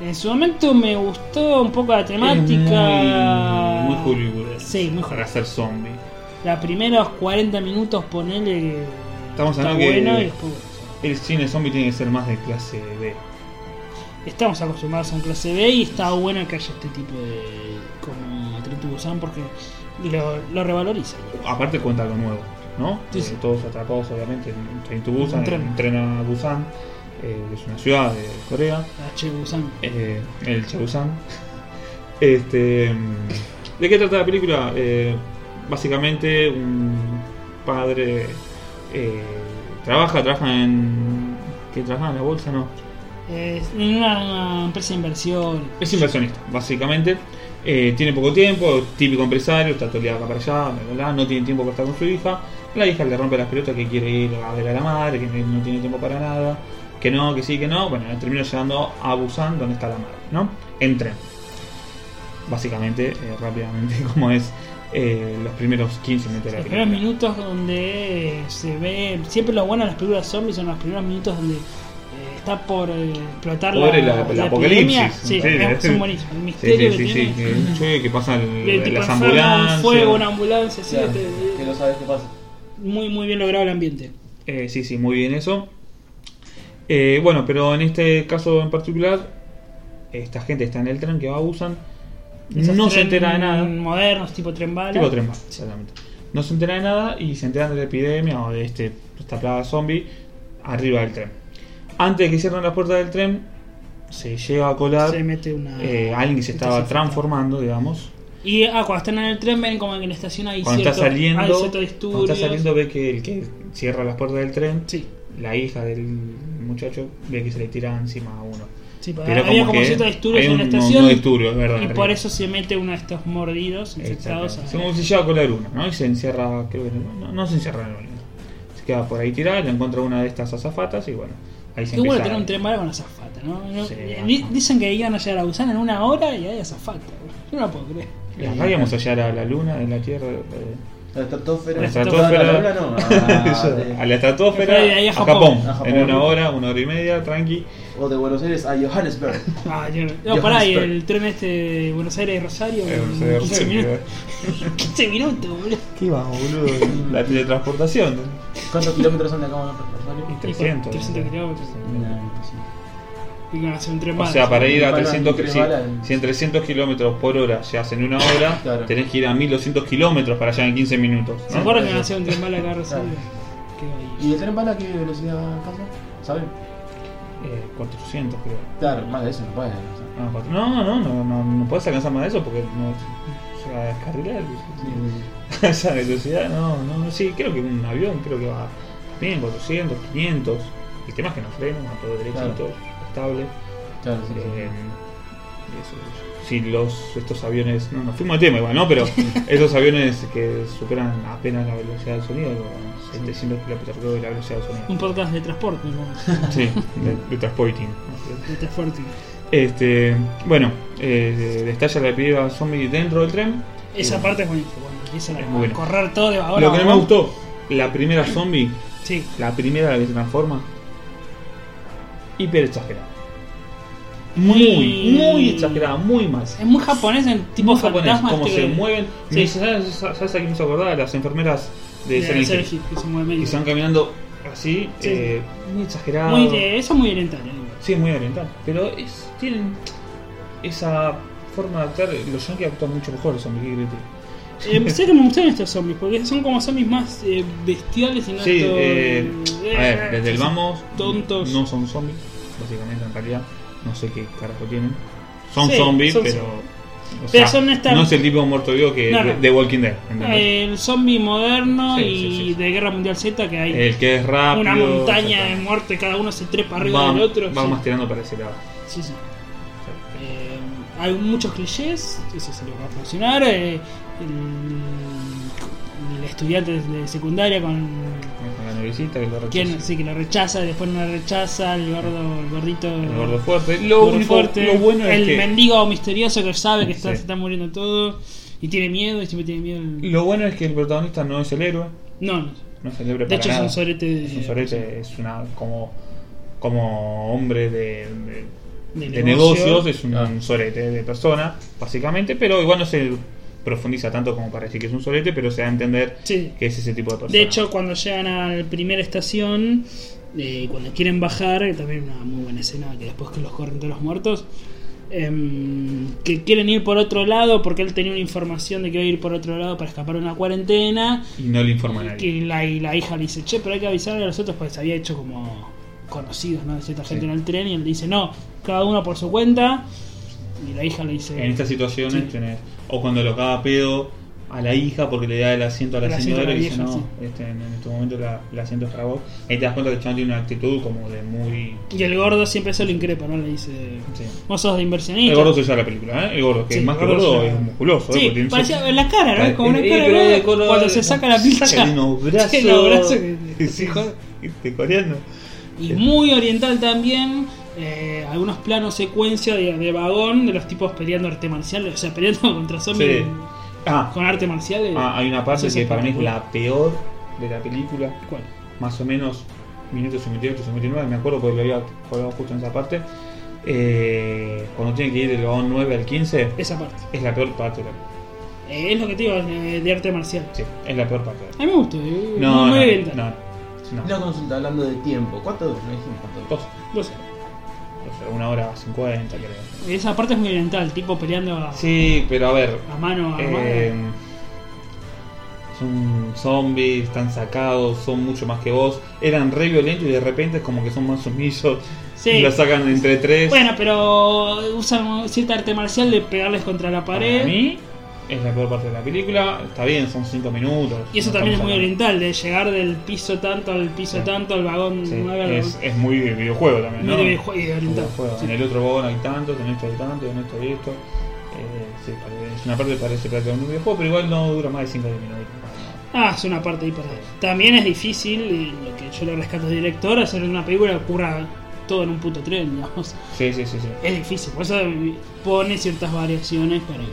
B: En su momento me gustó un poco la temática.
A: Es muy, muy Hollywood.
B: Sí, muy
A: Para
B: Hollywood.
A: ser zombie.
B: Los primeros 40 minutos ponele.
A: Estamos
B: está
A: hablando que-
B: bueno y después bueno.
A: El cine zombie tiene que ser más de clase B.
B: Estamos acostumbrados a un clase B y está bueno que haya este tipo de. como Atletico Busan porque lo, lo revaloriza.
A: Aparte cuenta algo nuevo, ¿no?
B: Sí, sí.
A: Eh, todos atrapados obviamente en Train to Busan,
B: Un tren.
A: en tren a Busan, eh, que es una ciudad de Corea,
B: H. Busan.
A: eh, el Chebusan. Este, mm, ¿De qué trata la película? Eh, básicamente un padre eh, trabaja, trabaja en. ¿Qué trabaja en la bolsa? No.
B: Es una empresa de inversión.
A: Es inversionista, básicamente. Eh, tiene poco tiempo, típico empresario, está todo el día acá para allá, bla, bla, bla, no tiene tiempo para estar con su hija. La hija le rompe las pelotas que quiere ir a ver a la madre, que no no tiene tiempo para nada, que no, que sí, que no. Bueno, termina llegando a Busan, donde está la madre, ¿no? En tren. Básicamente, eh, rápidamente, como es eh, los primeros 15 minutos de la
B: Los
A: película.
B: primeros minutos donde eh, se ve. Siempre lo bueno de las películas zombies son los primeros minutos donde eh, está por eh, explotar
A: Pobre la, la
B: epidemia.
A: apocalipsis.
B: Sí,
A: ¿no?
B: es- son buenísimos. El misterio
A: sí, sí,
B: que
A: sí,
B: tiene.
A: que- sí, que pasan
B: Que te
A: las
B: transforma
A: ambulancias.
B: un fuego, una ambulancia, sí,
C: Claro,
B: te-
C: que no sabes qué pasa.
B: muy, muy bien logrado el ambiente.
A: Eh, sí, sí, muy bien eso. Eh, bueno, pero en este caso en particular, esta gente está en el tren que va a Busan,
B: Esos
A: no se
B: tren
A: entera de nada.
B: Modernos, tipo tren bala.
A: Tipo tren va, exactamente. No se entera de nada y se enteran de la epidemia o de este, esta plaga zombie arriba del tren. Antes de que cierren las puertas del tren, se llega a colar
B: Se mete una.
A: eh, alguien que se estaba
B: Entonces,
A: transformando, digamos.
B: Y ah, cuando están en el tren ven como que en la estación hay
A: Cuando está
B: cierto, hay
A: saliendo,
B: cierto
A: cuando está
B: disturbios.
A: saliendo ve que el que cierra las puertas del tren,
B: Sí,
A: la hija del muchacho ve que se le tira encima a uno.
B: sí,
A: Pero
B: había
A: como
B: como
A: que
B: ciertos disturbios
A: hay
B: en la
A: un-
B: estación.
A: no disturbios, es verdad,
B: Y
A: arriba.
B: por eso se mete uno de estos mordidos infectados.
A: Exactamente.
B: a-
A: Es como si lleva con la luna, ¿no? Y se encierra, creo que no, no se encierra en el baño. Se queda por ahí tirada, le encuentra una de estas azafatas y bueno, ahí se
B: Qué bueno
A: empieza.
B: tener un tren bala con azafata, ¿no? No-
A: Sí,
B: di-
A: ajá.
B: Dicen que iban a llegar a Busan en una hora y hay azafata. bro. Yo no lo puedo creer.
A: Y acá íbamos a llegar a la luna, de la Tierra, eh,
C: La estratosfera. Ah,
A: a la
C: No,
A: estratosfera.
C: la luna no, a- Ah, de-
A: a la estratosfera,
B: Pero de ahí a
A: a
B: Japón.
A: Japón.
C: A Japón.
A: En una hora, una hora y media, tranqui.
C: o de Buenos Aires a Johannesburg.
B: Ah, yo, no,
C: Johannesburg.
B: pará, y el tren este de Buenos Aires y Rosario.
A: Eh,
B: en
A: se ve
B: 15
A: horrible.
B: minutos. 15 minutos, boludo.
A: ¿Qué vamos, boludo? La teletransportación.
C: ¿Cuántos kilómetros son de acá a Rosario?
A: 300.
B: 300 kilómetros.
C: Una, sí.
B: Y van a hacer un tren
A: O
B: bala.
A: sea, para ir a
C: Bala,
A: 300
C: tren
A: si,
C: bala en-
A: si en 300 kilómetros por hora llegas en una hora,
C: Claro.
A: tenés que ir a 1200 kilómetros para llegar en 15 minutos.
B: ¿Se
A: ¿no?
B: acuerdan que van a hacer un tren bala acá a Rosario? Qué bahía.
C: ¿Y el tren bala qué velocidad alcanza? ¿Saben?
A: Eh, 400, creo.
C: Claro, más de eso no puede alcanzar.
A: Ah, cuatro- No, no, no, no, no puedes alcanzar más de eso porque no se va a descarrilar. A esa velocidad, no, no, sí, creo que un avión creo que va bien, 400, 500. El tema es que no frena, va todo derechito,
C: Claro.
A: estable.
C: Claro, sí, sí.
A: Eh, eso, si los estos aviones, no, nos fuimos de tema igual, ¿no? Pero esos aviones que superan apenas la velocidad del sonido, como 700 kilómetros creo que la velocidad del
B: Un
A: sonido.
B: podcast de transporte, ¿no?
A: Sí, de, de transporting.
B: De transporte.
A: Este, bueno, eh, destalla la piba zombie dentro del tren.
B: Esa parte es buenísima. Cuando empiezan
A: Es
B: a
A: muy bueno.
B: correr todo de ahora.
A: Lo que no me
B: vamos.
A: gustó, la primera zombie,
B: Sí.
A: la primera la que se transforma, hiper exagerada. Muy,
B: Y-
A: muy exagerada, muy mal.
B: Es muy japonés el tipo
A: Muy japonés,
B: fantasma.
A: cómo
B: este
A: se
B: que-
A: mueven.
B: Sí.
A: Me dice, ¿sabes, sabes a quién me hizo acordar? A las enfermeras de
B: de
A: Silent
B: Silent
A: Hill.
B: Hill, que se mueve
A: Que
B: medio.
A: están caminando así,
B: Sí.
A: eh, muy exagerado.
B: Muy de- eso es muy oriental. eh.
A: Sí, muy oriental. Pero es, tienen esa forma de actuar. Los yankees actúan mucho mejor, son Miguel Grete.
B: Eh, sé que me gustan estos zombies, porque son como zombies más eh, bestiales y no
A: Sí,
B: estos,
A: eh,
B: eh,
A: a ver, desde el
B: sí,
A: vamos,
B: tontos.
A: no son zombies, básicamente en realidad, no sé qué carajo tienen. Son
B: Sí,
A: zombies,
B: son
A: pero,
B: zombies.
A: o
B: Pero son esta-
A: no es el tipo muerto vivo que
B: No, no.
A: de, de Walking Dead, ¿entendés?
B: Eh, El zombie moderno
A: Sí,
B: y
A: sí, sí, sí.
B: de Guerra Mundial Z que hay
A: El que es rápido.
B: una montaña de
A: exactamente.
B: muerte, cada uno se trepa arriba
A: va,
B: del otro.
A: va
B: sí.
A: más tirando para ese lado.
B: Sí, sí. Eh, hay muchos clichés, eso se les va a funcionar. eh, el, el estudiante de secundaria con
A: Con la novicita que lo rechaza.
B: quien sí que lo rechaza, después no lo rechaza, el gordo, el gordito,
A: El gordo fuerte.
B: el
A: Lo,
B: gordo
A: único-
B: fuerte,
A: lo bueno es
B: el
A: que.
B: mendigo misterioso que sabe que está-
A: Sí.
B: se está muriendo todo y tiene miedo y siempre tiene miedo. el-
A: Lo bueno es que el protagonista no es el héroe.
B: No, no.
A: No es el héroe
B: De
A: para
B: hecho es
A: nada.
B: un sorete de-
A: Es un sorete, es una. como. como hombre de. de-
B: De
A: de
B: negocio.
A: negocios, es un, un sorete de persona, básicamente, pero igual no se profundiza tanto como para decir que es un sorete, pero se da a entender
B: Sí.
A: que es ese tipo de persona.
B: De hecho, cuando llegan a la primera estación, eh, cuando quieren bajar, eh, también una muy buena escena, que después que los corren todos los muertos, em, que quieren ir por otro lado porque él tenía una información de que iba a ir por otro lado para escapar de una cuarentena.
A: y no le informa a
B: Y
A: nadie.
B: que la, y la hija le dice, che, pero hay que avisarle a los otros porque se había hecho como conocidos, ¿no? De cierta gente
A: Sí.
B: en el tren y él dice, no, cada uno por su cuenta. Y la hija le dice...
A: En este estas situaciones
B: Sí.
A: tenés, o cuando lo caga a pedo a la hija porque le da el asiento a la
B: El asiento
A: señora
B: a la
A: y dice,
B: vieja,
A: no,
B: sí.
A: este, en este momento la, el asiento es para vos. Ahí te das cuenta que el chabón tiene una actitud como de muy...
B: Y el gordo siempre eso lo increpa, ¿no? Le dice.
A: sí.
B: Vos sos de inversionista.
A: El gordo se usa la película, ¿eh? El gordo, que
B: Sí,
A: más que
B: el gordo
A: gordo
B: se
A: es
B: llama-
A: musculoso. ¿eh?
B: Sí,
A: Porque tiene
B: parecía
A: su-
B: en la cara, ¿no? Es como una
A: Eh,
B: cara
A: pero
B: de
A: de color-
B: cuando se saca la pinza.
A: Tiene unos brazos.
B: Tiene unos brazos que-
A: Sí, sí, este coreano.
B: Y muy oriental también. eh, algunos planos secuencia de, de vagón de los tipos peleando arte marcial, o sea, peleando contra zombies
A: Sí. Ah,
B: con arte marcial. eh,
A: ah, hay una parte
B: eso
A: que para mí es
B: espectacular.
A: la peor de la película.
B: ¿Cuál?
A: Más o menos minutos 58, 59, me acuerdo porque lo había colgado justo en esa parte. Eh, cuando tiene que ir del vagón 9 al 15,
B: Esa parte.
A: es la peor parte de la
B: Eh, es lo que te digo eh, de arte marcial.
A: sí, es la peor parte. de la-
B: A mí me gustó. eh,
A: No,
B: muy
A: no,
B: oriental.
A: no, no.
C: Una consulta hablando de tiempo. ¿Cuánto? No dijimos cuánto.
A: Dos,
B: No sé.
A: o sea, una hora 50, creo.
B: Esa parte es muy oriental, tipo peleando a,
A: Sí, pero a ver,
B: a mano a
A: Eh,
B: mano.
A: son zombies, están sacados, son mucho más que vos. Eran re violentos y de repente es como que son más sumisos.
B: Sí.
A: Lo sacan entre tres.
B: Bueno, pero usan cierta arte marcial de pegarles contra la
A: para
B: pared.
A: mí es la peor parte de la película. Está bien, son cinco minutos.
B: Y eso
A: no
B: también es
A: estamos
B: muy
A: hablando-
B: oriental, de llegar del piso tanto al piso
A: Sí.
B: tanto, al vagón
A: Sí,
B: 9 al
A: es, es muy de videojuego también,
B: Muy
A: ¿no?
B: de videojue- y de oriental,
A: Videojuego.
B: sí.
A: En el otro vagón hay tantos, en esto hay tantos, en esto hay esto. Eh, sí, pare- es una parte que parece prácticamente un videojuego, pero igual no dura más de 5 minutos.
B: Ah, es una parte ahí para. También es difícil, y lo que yo lo rescato de director, hacer una película que ocurra todo en un puto tren, digamos.
A: Sí, sí, sí, sí.
B: Es difícil, por eso pone ciertas variaciones para que.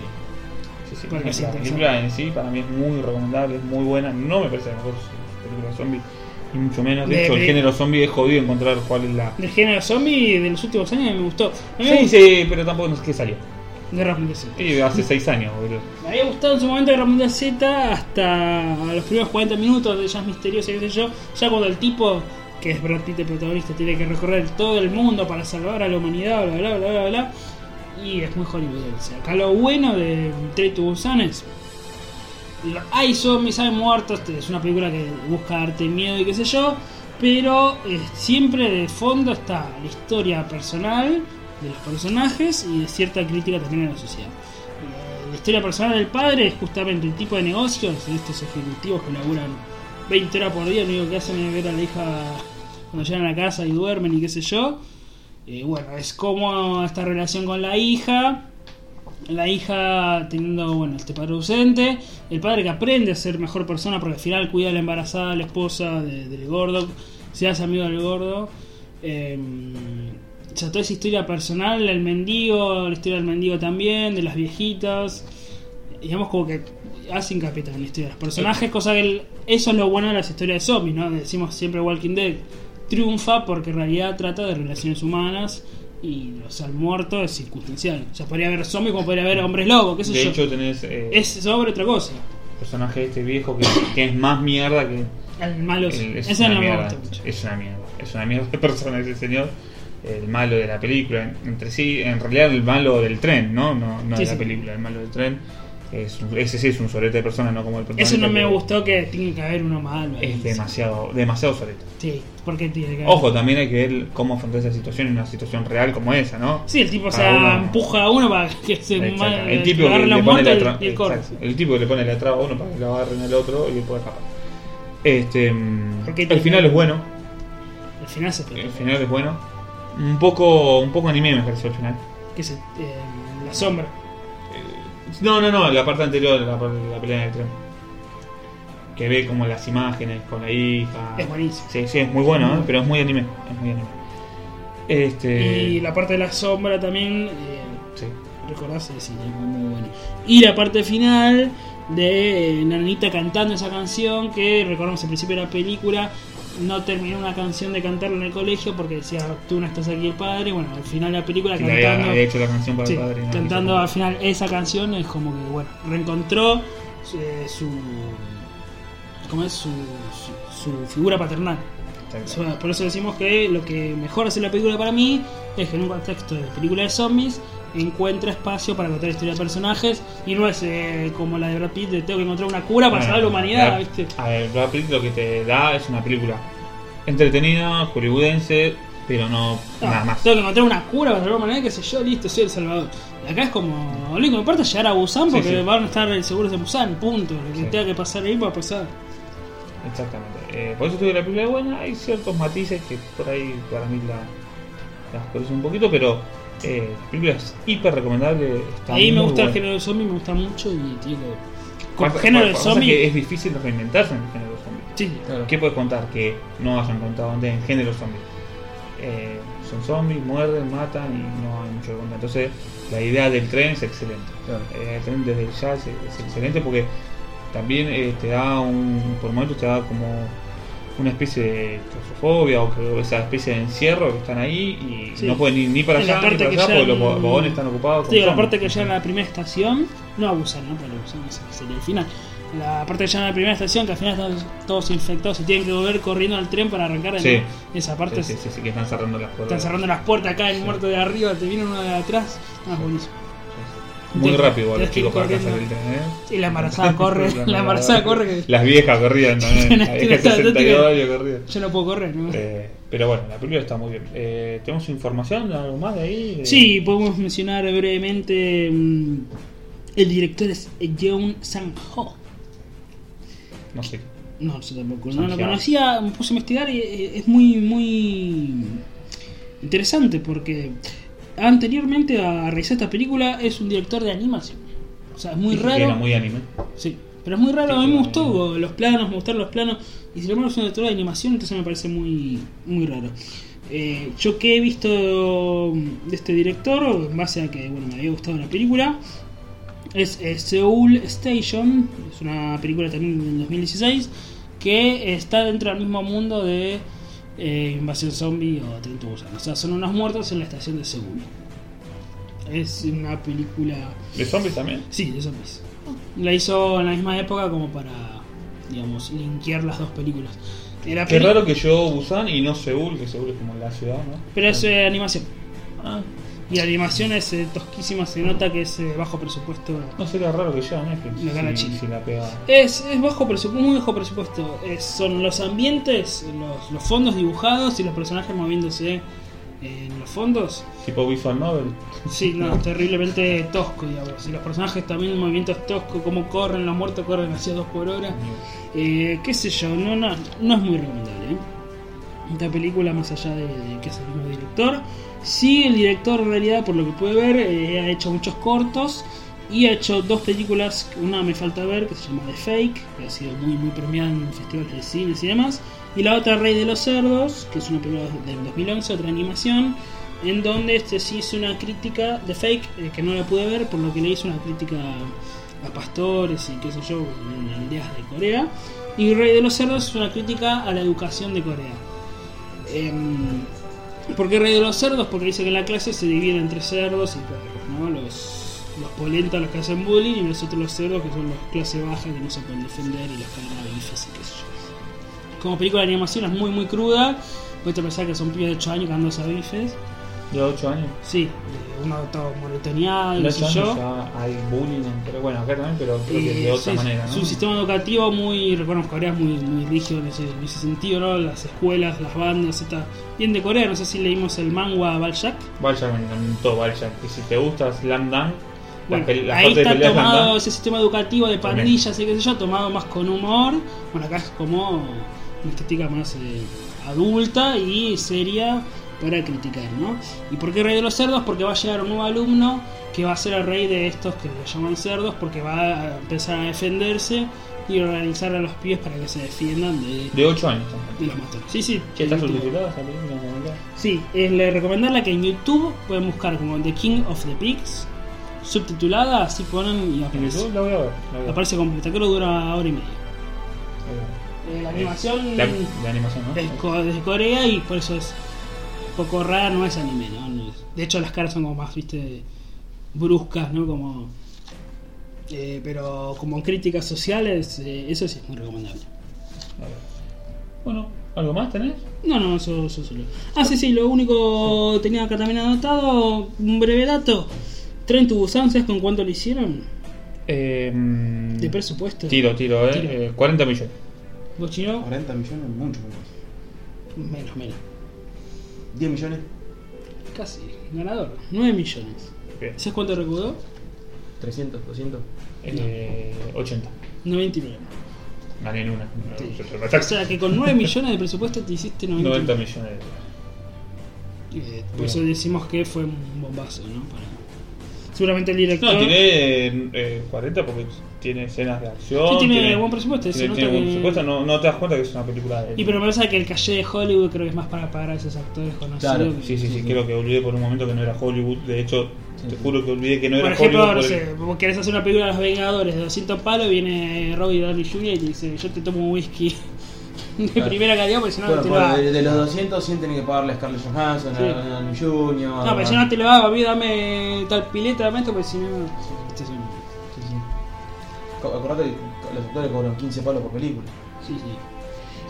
A: Sí, sí.
B: Porque sí,
A: la
B: interesante.
A: película en sí para mí es muy recomendable, es muy buena. No me parece la mejor película zombie, ni mucho menos. De,
B: De-
A: hecho, el
B: de-
A: género zombie es jodido encontrar cuál es la.
B: Del género zombie de los últimos años me gustó. A mí me
A: Sí,
B: gustó
A: sí, pero tampoco no sé qué salió.
B: Guerra Mundial Z.
A: Y hace 6 años, boludo.
B: Me había gustado en su momento Guerra Mundial Z hasta los primeros 40 minutos de Jazz Misteriosa, qué sé yo. Ya cuando el tipo, que es Brad Pitt el protagonista, tiene que recorrer todo el mundo para salvar a la humanidad, bla bla bla bla bla. Y es muy hollywoodense. Acá lo bueno de Three to Busan es hay zombies, hay muertos, este, es una película que busca darte miedo y qué sé yo, pero eh, siempre de fondo está la historia personal de los personajes y de cierta crítica también a la sociedad. Eh, La historia personal del padre es justamente el tipo de negocios, de estos ejecutivos que laburan 20 horas por día, lo único que hacen es ver a la hija cuando llegan a la casa y duermen y qué sé yo. Eh, bueno, es como esta relación con la hija, la hija teniendo, bueno, este padre ausente, el padre que aprende a ser mejor persona porque al final cuida a la embarazada, a la esposa de- del gordo, se hace amigo del gordo. Eh, o sea, toda esa historia personal, el mendigo, la historia del mendigo también, de las viejitas. Digamos como que hace hincapié también en la historia de los personajes, cosa que el- eso es lo bueno de las historias de zombies, ¿no? Decimos siempre Walking Dead triunfa porque en realidad trata de relaciones humanas y o sea, el muerto es circunstancial. O sea, podría haber zombies como podría haber hombres lobos, qué sé
A: De
B: yo.
A: hecho, tenés eh,
B: es sobre otra cosa.
A: el personaje este viejo que, que es más mierda que.
B: El malo es,
A: el-
B: ese no me gusta
A: mierda,
B: mucho.
A: Es una mierda. Es una mierda de persona ese señor. El malo de la película. En- Entre sí, en realidad el malo del tren, ¿no? No, no
B: Sí,
A: de la
B: sí.
A: película, el malo del tren. Es un- ese sí es un sorete de persona, no como el
B: Eso no me
A: que-
B: gustó que tiene que haber uno malo. ahí.
A: Es demasiado, demasiado solito.
B: Sí, porque tiene que haber.
A: Ojo, también hay que ver cómo afrontar esa situación en una situación real como esa, ¿no?
B: Sí, el tipo o
A: Cada
B: sea,
A: Ah, uno-
B: empuja a uno para que se
A: Exacto.
B: mal-
A: el tipo que
B: agarre
A: le
B: los
A: pone la
B: muertos
A: tra-
B: y el corte.
A: Exacto. El tipo que le pone la traba a uno para que lo agarren al otro y él puede escapar. Este, mm,
B: Porque
A: el
B: tiene-
A: final es bueno.
B: El final se
A: El final es bueno. Un poco, un poco anime me pareció el final.
B: que se, eh, la sombra.
A: No, no, no, la parte anterior, la, parte de la pelea del tren. Que ve como las imágenes con la hija.
B: Es buenísimo.
A: Sí, sí, es muy bueno, ¿eh? pero es muy anime. Es muy anime. Este.
B: Y la parte de la sombra también. eh,
A: Sí.
B: recordarse sí, es muy bueno. Y la parte final de eh, Nanita cantando esa canción que recordamos al principio de la película. No terminó una canción de cantarla en el colegio porque decía, tú no estás aquí el padre. Bueno, al final de la película
A: Que le había,
B: cantando,
A: había hecho la canción para
B: sí,
A: el padre. y no
B: cantando
A: quiso.
B: al final esa canción es como que, bueno, reencontró eh, su... ¿Cómo es? Su, su, su figura paternal.
A: Exacto.
B: Por eso decimos que lo que mejor hace la película para mí es que en un contexto de película de zombies encuentra espacio para contar historia de personajes y no es eh, como la de Brad Pitt de tengo que encontrar una cura para
A: Bueno,
B: salvar la humanidad,
A: la-
B: ¿viste?
A: A ver, Brad Pitt lo que te da es una película entretenida, hollywoodense, pero no
B: Ah.
A: nada más.
B: Tengo que encontrar una cura para alguna manera, qué sé yo, listo, soy El Salvador. Y acá es como, lo único que importa es llegar a Busan
A: Sí,
B: porque
A: sí.
B: van a estar seguros de Busan, punto. Lo que
A: Sí.
B: tenga que pasar ahí va a pasar.
A: Exactamente. Eh, por eso estuve la película buena, hay ciertos matices que por ahí para mí la, las oscurece un poquito, pero eh, la película es hiper recomendable. Está
B: ahí me
A: muy
B: gusta el
A: buena.
B: género del zombie, me gusta mucho y tío. Con
A: Pasa-
B: el género del
A: pasa que
B: zombie.
A: Es difícil reinventarse en el género zombie.
B: Sí,
C: Claro.
A: ¿Qué puedes contar que no hayan contado antes en género zombie? Eh, son zombies, muerden, matan y no hay mucho que contar. Entonces, la idea del tren es excelente.
C: Claro.
A: Eh, el tren desde ya es, es excelente porque también eh, te da un. por momentos te da como una especie de claustrofobia o que- esa especie de encierro que están ahí y
B: Sí.
A: no pueden ir ni para
B: En la
A: allá ni
B: parte
A: para
B: que
A: allá porque
B: llegan-
A: los va- vagones están ocupados. con
B: Sí, la
A: zombies.
B: parte que llegan a la primera estación, no abusan, ¿no? Porque abusan, ese sería el final. La parte que llegan a la primera estación, que al final están todos infectados y tienen que volver corriendo al tren para arrancar de
A: Sí.
B: nuevo. Esa parte
A: Sí,
B: es-
A: sí, sí, sí, que están cerrando las puertas.
B: Están cerrando las puertas acá, el muerto de arriba, te viene uno de atrás. Ah, buenísimo.
A: Muy
B: Entonces,
A: rápido igual los
B: tenés que
A: chicos
B: ir
A: para alcanzar el
B: corriendo.
A: tren, ¿eh?
B: Y la embarazada corre, la embarazada corre que
A: Las viejas corrían también.
B: Una
A: La vieja de
B: escena
A: 62
B: táctica.
A: años corrían.
B: yo no puedo correr, ¿no?
A: Eh, pero bueno, la película está muy bien. Eh, ¿Tenemos información? ¿Algo más de ahí? De-
B: Sí, podemos mencionar brevemente. mm, el director es Jeon Sang-ho.
A: No sé.
B: No, yo tampoco. No lo
A: Sanjiao.
B: conocía, me puse a investigar y eh, es muy, muy interesante porque anteriormente a realizar esta película es un director de animación. O sea, es muy
A: Sí,
B: raro.
A: Era muy anime.
B: Sí, pero es muy raro. A mí
A: Sí,
B: me
A: sí,
B: gustó
A: sí.
B: bo, los planos, me gustaron los planos. Y si lo menos es una lectura de animación, entonces me parece muy, muy raro. Eh, yo que he visto de este director, en base a que bueno, me había gustado la película, es eh, Seoul Station, es una película también del 2016, que está dentro del mismo mundo de eh, Invasión Zombie o Tren to Busan. O sea, son unos muertos en la estación de Seúl. Es una película
A: ¿De zombies también?
B: Sí, de zombies. La hizo en la misma época como para, digamos, linkear las dos películas. Era
A: Qué
B: peli-
A: raro que yo Busan y no Seúl, que Seúl es como la ciudad, ¿no?
B: Pero es eh, animación.
A: Ah,
B: Y la animación es eh, tosquísima, se nota que es eh, bajo presupuesto.
A: no sería raro que llega a Netflix.
B: La gana
A: si-
B: Chile.
A: si la pega.
B: Es, es bajo presupuesto, muy bajo presupuesto. Es- son los ambientes, los, los fondos dibujados y los personajes moviéndose eh, en los fondos.
A: Tipo Visual Novel.
B: Sí, no, terriblemente tosco, digamos. Y los personajes también, el movimiento es tosco, cómo corren, los muertos corren hacia dos por hora.
A: Mm.
B: Eh, qué sé yo, no, no, no es muy recomendable. ¿eh? Esta película, más allá de, de que es el mismo director, sí, el director en realidad, por lo que puede ver, eh, ha hecho muchos cortos y ha hecho dos películas, una me falta ver, que se llama The Fake, que ha sido muy, muy premiada en festivales de cines y demás, y la otra Rey de los Cerdos, que es una película del 2011, otra animación, en donde este sí hizo una crítica de Fake, eh, que no la pude ver, por lo que le hizo una crítica a pastores y qué sé yo, en aldeas de Corea. Y Rey de los Cerdos es una crítica a la educación de Corea. Em, ¿Por qué Rey de los Cerdos? Porque dice que en la clase se dividen entre cerdos y perros, ¿no? Los, los polentas, los que hacen bullying, y los otros los cerdos, que son los clase baja, que no se pueden defender, y los que ganan bifes y qué sé yo. Como película de animación es muy, muy cruda. Puedes pensar que son pibes de 8 años ganándose a bifes.
A: Ya 8 años.
B: Sí, eh, uno todo moretoneado,
A: De
B: no
A: 8
B: sé
A: años
B: Ah, yo.
A: ya hay bullying. Pero bueno, acá también, pero creo que
B: Eh,
A: de otra
B: sí,
A: manera, ¿no?
B: Es un sistema educativo muy, reconozco, Corea es muy, muy rígido en ese, en ese sentido, ¿no? Las escuelas, las bandas, está bien de Corea, no sé si leímos el manga Balzac.
A: Vaya, me encantó Vaya. Y si te gusta Slam Dunk,
B: Bueno,
A: la, pel- la
B: ahí
A: parte de
B: está
A: peleas Slam
B: tomado
A: Dunk-
B: ese sistema educativo de
A: También.
B: pandillas y qué sé yo, tomado más con humor. Bueno, acá es como una estética más eh, adulta y seria para criticar, ¿no? ¿Y por qué Rey de los Cerdos? Porque va a llegar un nuevo alumno que va a ser el rey de estos que le llaman cerdos porque va a empezar a defenderse y organizar a los pibes para que se defiendan de,
A: De 8 años también.
B: de los matones. Sí, sí.
A: Che, ¿Está
B: sí,
A: subtitulada esa película? ¿No?
B: Sí, es le recomendarla que en YouTube pueden buscar como The King of the Pigs, subtitulada, así ponen y
A: ¿En
B: aparece.
A: YouTube? La voy a ver. La voy a ver.
B: Aparece completa, creo que dura hora y media.
A: Ahí va.
B: Eh, la
A: Es-
B: animación
A: La, la animación, ¿no?
B: es co- de Corea y por eso es un poco rara, no es anime, ¿no? No es- De hecho las caras son como más, viste, bruscas, ¿no? Como... eh, pero como críticas sociales, eh, eso sí es muy recomendable.
A: Vale. Bueno, ¿algo más tenés?
B: No, no, eso, eso solo. Ah, sí, sí, lo único tenía acá también anotado, un breve dato. Tren to Busan, ¿sabes con cuánto lo hicieron?
A: Eh, mm,
B: De presupuesto.
A: Tiro, tiro, ¿eh?
B: Tiro.
A: Eh, 40 millones.
B: ¿Vos, Chino?
F: 40 millones, mucho.
B: Menos, menos.
C: ¿10 millones?
B: Casi. Ganador. 9 millones.
A: Bien.
B: ¿Sabes cuánto recaudó?
C: ¿300? ¿200?
A: Eh, 80.
B: 99.
A: Gané en una.
B: Sí. O sea que con 9 millones de presupuesto te hiciste 99.
A: 90 millones de dólares.
B: Eh, por eso
A: Bien.
B: decimos que fue un bombazo, ¿no? Para- Seguramente el director.
A: No, tiene eh, eh, 40 porque tiene escenas de acción.
B: Sí, tiene buen presupuesto, se
A: Tiene,
B: nota
A: tiene buen
B: que-
A: presupuesto, no, no te das cuenta que es una película de.
B: Y pero me parece que el calle de Hollywood creo que es más para pagar a esos actores conocidos.
C: Claro,
B: que-
A: Sí, sí, sí,
C: Sí, sí.
A: creo que olvidé por un momento que no era Hollywood. De hecho,
C: Sí,
A: te
C: sí.
A: juro que olvidé que no
B: Por
A: era
B: ejemplo,
A: Hollywood.
B: no pues.
A: por el-
B: sé, vos querés hacer una película de los Vengadores de 200 palos, viene Robbie Downey Jr. y te dice: Yo te tomo un whisky de
C: Claro.
B: primera calidad porque si no,
C: Bueno,
B: no te
C: por-
B: lo va.
C: de, de los 200, 100 tienen que pagarle a Scarlett Johansson,
B: Sí.
C: a Downey Jr.
B: No, pero si no te lo va, a mí dame tal pileta, dame esto porque si no. Este es un-
C: Sí, sí. Co- Acordate que los actores cobran 15 palos por película.
B: Sí, sí.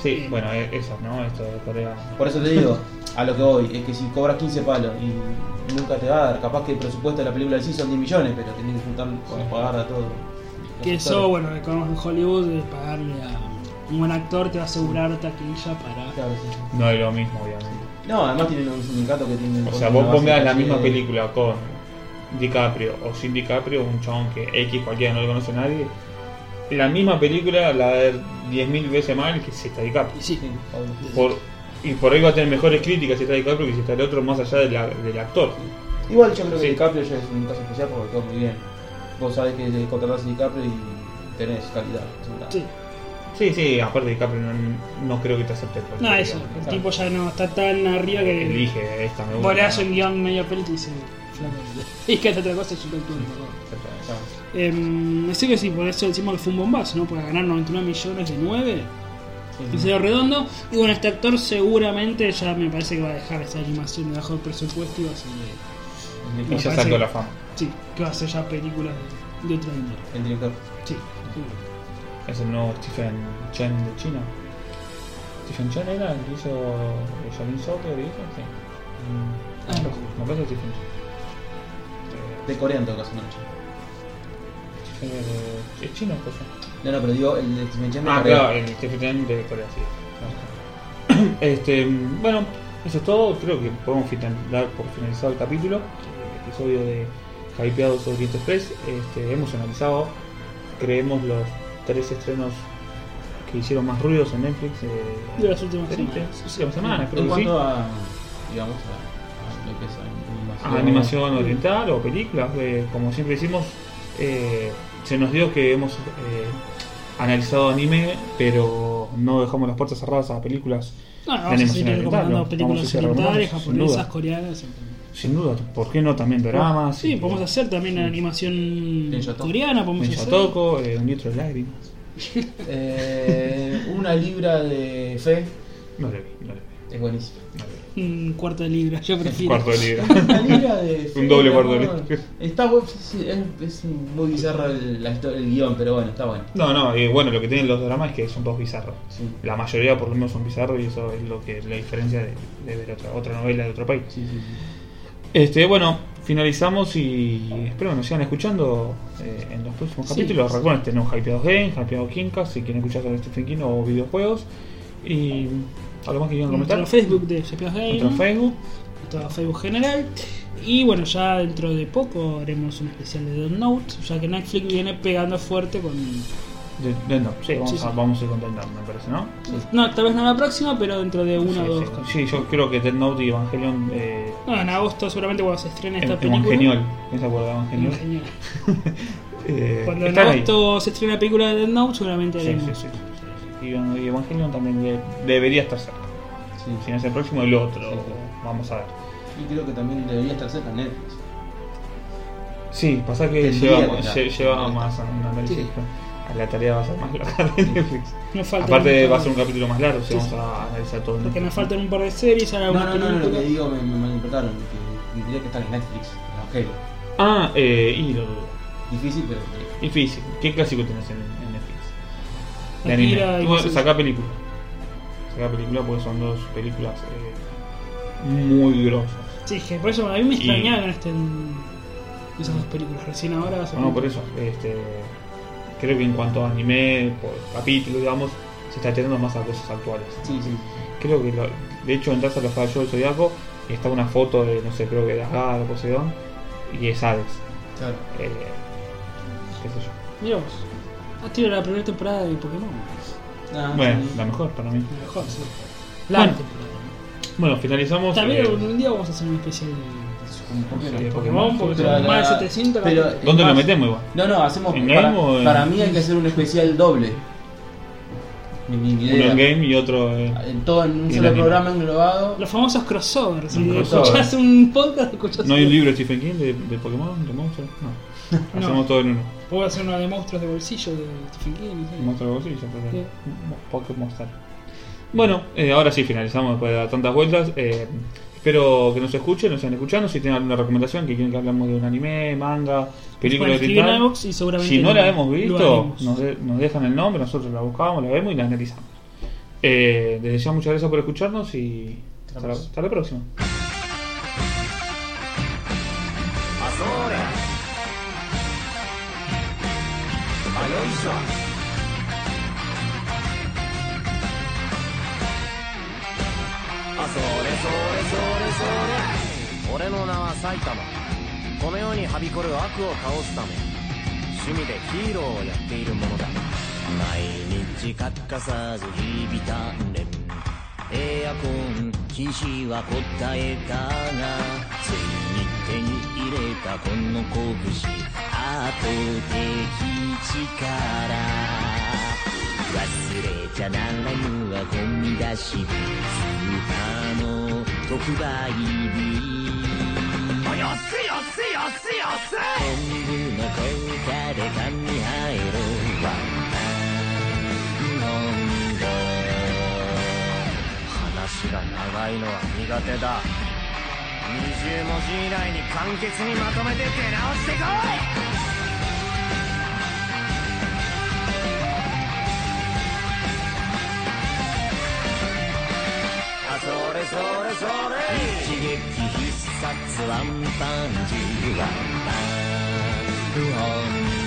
A: Sí, bueno, e- esas, ¿no? Esto de Corea.
C: Por eso te digo, a lo que voy, es que si cobras 15 palos y nunca te va a dar, capaz que el presupuesto de la película del sí son 10 millones, pero tenés que juntar para pagar a todos. los
B: Que eso,
C: actores.
B: bueno, reconozco en Hollywood, de pagarle a un buen actor te va a asegurar taquilla para.
C: Claro, sí, sí.
A: No es lo mismo, obviamente.
C: No, además tienen un sindicato que tiene.
A: O sea, vos pongas la misma película con DiCaprio o sin DiCaprio, un chabón que X cualquiera no lo conoce nadie. La misma película la va a ver 10.000 veces mal que si está DiCaprio.
B: Y sí,
C: Sí, obvio.
A: Por, y por ahí va a tener mejores críticas si está DiCaprio que si está el otro, más allá de la- del actor.
C: Igual yo creo que
A: Sí.
C: DiCaprio ya es un caso especial porque quedó muy bien. Vos sabés que te contratás a DiCaprio y tenés calidad. segura.
B: sí.
A: Sí, sí, aparte DiCaprio no, no creo que te acepte. el papel,
B: No, eso,
A: digamos.
B: el tipo ya no está tan arriba que.
A: Elige esta, me gusta.
B: Vos le das un guión medio peli y te dicen, flaco, dedicate a otra cosa, yo te actúo mejor.
C: Claro.
B: Em, Así que sí, por eso decimos que fue un bombazo, ¿no? Porque ganar 99 millones de 9,
C: Sí, sí.
B: considero redondo. Y bueno, este actor seguramente ya me parece que va a dejar esa animación de bajo presupuesto y va a ser. de-
A: Y ya saltó la fama.
B: Sí, que va a ser ya películas de, de otra índole.
C: El director.
B: Sí, seguro.
A: Es el nuevo Stephen Chen de China. Stephen Chen era el que hizo Shaolin Soccer y eso, sí.
B: Ah, no.
A: Me parece que Stephen
C: De Corea en todo caso, no. che.
A: Chen. Stephen era- ¿Es chino cosa?
C: No, no, pero digo, el de Steven Chen de
A: Ah,
C: Corea.
A: claro, el Stephen Chen de Corea, sí. Este, bueno, eso es todo. Creo que podemos finan- dar por finalizado el capítulo. El episodio de Hypeados Oriente Express. Este, hemos analizado, creemos, los tres estrenos que hicieron más ruidos en Netflix. eh,
B: De las últimas
A: de-
B: semanas.
A: sí, las semanas, creo
C: En
A: que sí.
C: cuanto a, digamos, a, a lo que es animación.
A: a Ah, animación oriental o películas. eh, como siempre decimos, eh, se nos dio que hemos eh, analizado anime, pero no dejamos las puertas cerradas a películas.
B: No, no,
A: de
B: vamos a
A: animación
B: seguir
A: oriental,
B: recomendando
A: ¿no? Vamos a
B: películas
A: seguir recomendando,
B: orientales,
A: sin
B: japonesas,
A: duda. Ah,
B: coreanas.
A: Sin duda, ¿por qué no también dramas?
B: Sí,
A: Y-
B: podemos hacer también animación
C: Yotoko.
B: coreana, podemos
A: En
B: hacer.
A: Yotoco, eh, un litro de lágrimas.
C: Eh, una libra de fe
A: No le vi, no le vi.
C: es buenísimo.
A: no le
B: Un cuarto de libra, yo
A: vi.
B: prefiero.
A: Cuarto de libra.
C: Una libra de fe.
A: Un doble
C: amor.
A: guardolín.
C: Está bu- sí, es, es muy bizarro el, la histo- el guión, pero bueno, está bueno.
A: No, no, eh, bueno, lo que tienen los dramas es que son todos bizarros.
C: Sí.
A: La mayoría por lo menos son bizarros y eso es lo que la diferencia de, de ver otra, otra novela de otro país.
C: Sí, sí, sí.
A: Este, bueno, finalizamos y espero que nos sigan escuchando eh, en los próximos
B: Sí.
A: capítulos. Recuerden, tenemos Hypeados Games, Hypeados Kinkas, si quieren escuchar sobre Stephen King o videojuegos. Y algo más que quieran comentar.
B: Nuestro Facebook de Shapeos Game.
A: Nuestro Facebook.
B: nuestro Facebook general. Y bueno, ya dentro de poco haremos un especial de Death Note, ya que Netflix viene pegando fuerte con.
A: De, de- no, sí, vamos,
B: Sí, sí.
A: A, vamos a ir con Death Note, me parece, ¿no?
B: No, tal vez no la próxima, pero dentro de uno
A: sí,
B: o dos.
A: sí.
B: capítulos.
A: Sí, yo creo que Dead Note y Evangelion. Eh,
B: No, en agosto seguramente cuando se estrene esta
A: Ev-
B: película.
A: Evangelion, ¿no se acuerda de Evangelion?
B: Evangelion.
A: Eh,
B: Cuando en
A: están ahí.
B: agosto se estrene la película de Death Note, seguramente
A: Sí,
B: haremos.
A: sí, sí, sí. Y, y Evangelion también de- debería estar cerca.
C: Sí,
A: Si no es el próximo, el otro.
C: Sí, sí.
A: Vamos a ver.
C: Y creo que también debería estar cerca Netflix.
A: Sí, pasa que
C: Tendría
A: lleva,
C: que estar.
A: lle- lleva más a un análisis.
C: Sí.
A: A la tarea va a ser más larga de Netflix.
B: Nos falta
A: Aparte,
B: mucho.
A: va a ser un capítulo más largo. Si
B: Sí,
A: vamos
B: sí.
A: a analizar todo.
B: Porque nos
A: Netflix.
B: faltan un par de series, ahora
C: No,
B: una
C: no, no, no, lo
B: película.
C: que digo me, me malinterpretaron. Que tendría que estar en Netflix. Evangelio.
A: Ah, eh, y lo
C: Difícil, pero. eh,
A: difícil. ¿Qué clásico tenés en, en Netflix? De
B: Akira
A: anime.
B: y
A: Tú,
B: cosas.
A: sacá película. Sacá película porque son dos películas eh, muy grosas.
B: Sí, que por eso a mí me
A: Y-
B: extrañaron este, esas dos películas. Recién ahora. hace
A: No, no,
B: poco.
A: por eso. Este, creo que en cuanto a anime, por capítulo, digamos, se está teniendo más a cosas actuales.
C: Sí, sí.
A: Creo que, lo- de hecho, entras a los fallos del Zodiaco y está una foto de, no sé, creo que de Asgard o Poseidón, y es Hades.
C: Claro.
A: Eh, qué sé yo.
B: Mira vos. Ha sido la primera temporada de Pokémon.
C: Ah,
A: Bueno,
C: sí.
A: la mejor para mí.
B: La mejor, sí. La
A: Bueno.
B: temporada.
A: Bueno, finalizamos.
B: También
A: eh,
B: un día vamos a hacer un especial de
C: ¿Por qué
A: Sí,
C: no?
A: porque-
B: Pokémon porque
C: Pero
B: son más de
C: la-
B: 700.
C: pero-
B: capítulos.
A: ¿Dónde lo
C: Además-
A: metemos igual?
C: No, no, hacemos.
A: ¿En
C: Para,
A: game o en-
C: para mí hay que hacer un especial doble. Ni, ni
A: Uno
C: idea. Ah,
A: en game y otro. eh,
C: En todo en un
A: Y
C: solo
A: en
C: programa englobado.
B: Los famosos crossovers. Si
A: crossover.
B: escuchás un podcast, escuchás
A: ¿No hay un
B: otro.
A: libro de Stephen King de, de Pokémon? ¿De monstruos? No.
B: No.
A: Hacemos todo en uno.
B: Puedo hacer uno de monstruos de bolsillo de Stephen King. ¿sí?
A: Monstruo de bolsillo, pues, mm, pero-
B: Sí.
A: Pokémon Star. Bueno, eh, ahora sí finalizamos después de dar tantas vueltas. eh, espero que nos escuchen, nos sean escuchando. Si tienen alguna recomendación, que quieren que hablamos de un anime, manga, película
B: Pueden
A: de
B: escribir en
A: Tintán.
B: iVoox y seguramente
A: Si no
B: lo-
A: la hemos
B: lo
A: visto,
B: haremos.
A: nos, de- nos dejan el nombre, nosotros la buscamos, la vemos y la analizamos. Eh, desde ya muchas gracias por escucharnos y hasta la- hasta la próxima.
D: あそれあよいしょあそれそれそれそれ俺の名は埼玉この世にはびこる悪を倒すため趣味でヒーローをやっているものだ毎日欠かさず日々鍛錬エアコン騎士は答えたがついに手に入れたこの拳圧倒的力忘れちゃならぬはゴミ出し日スーパーの特売日お安い安い安い安い天狗の喧嘩で髪生えるワンタン飲んで話が長いのは苦手だ20文字以内に簡潔にまとめて出直してこいあそれそれそれ一撃必殺ワンパンチワンパンウォン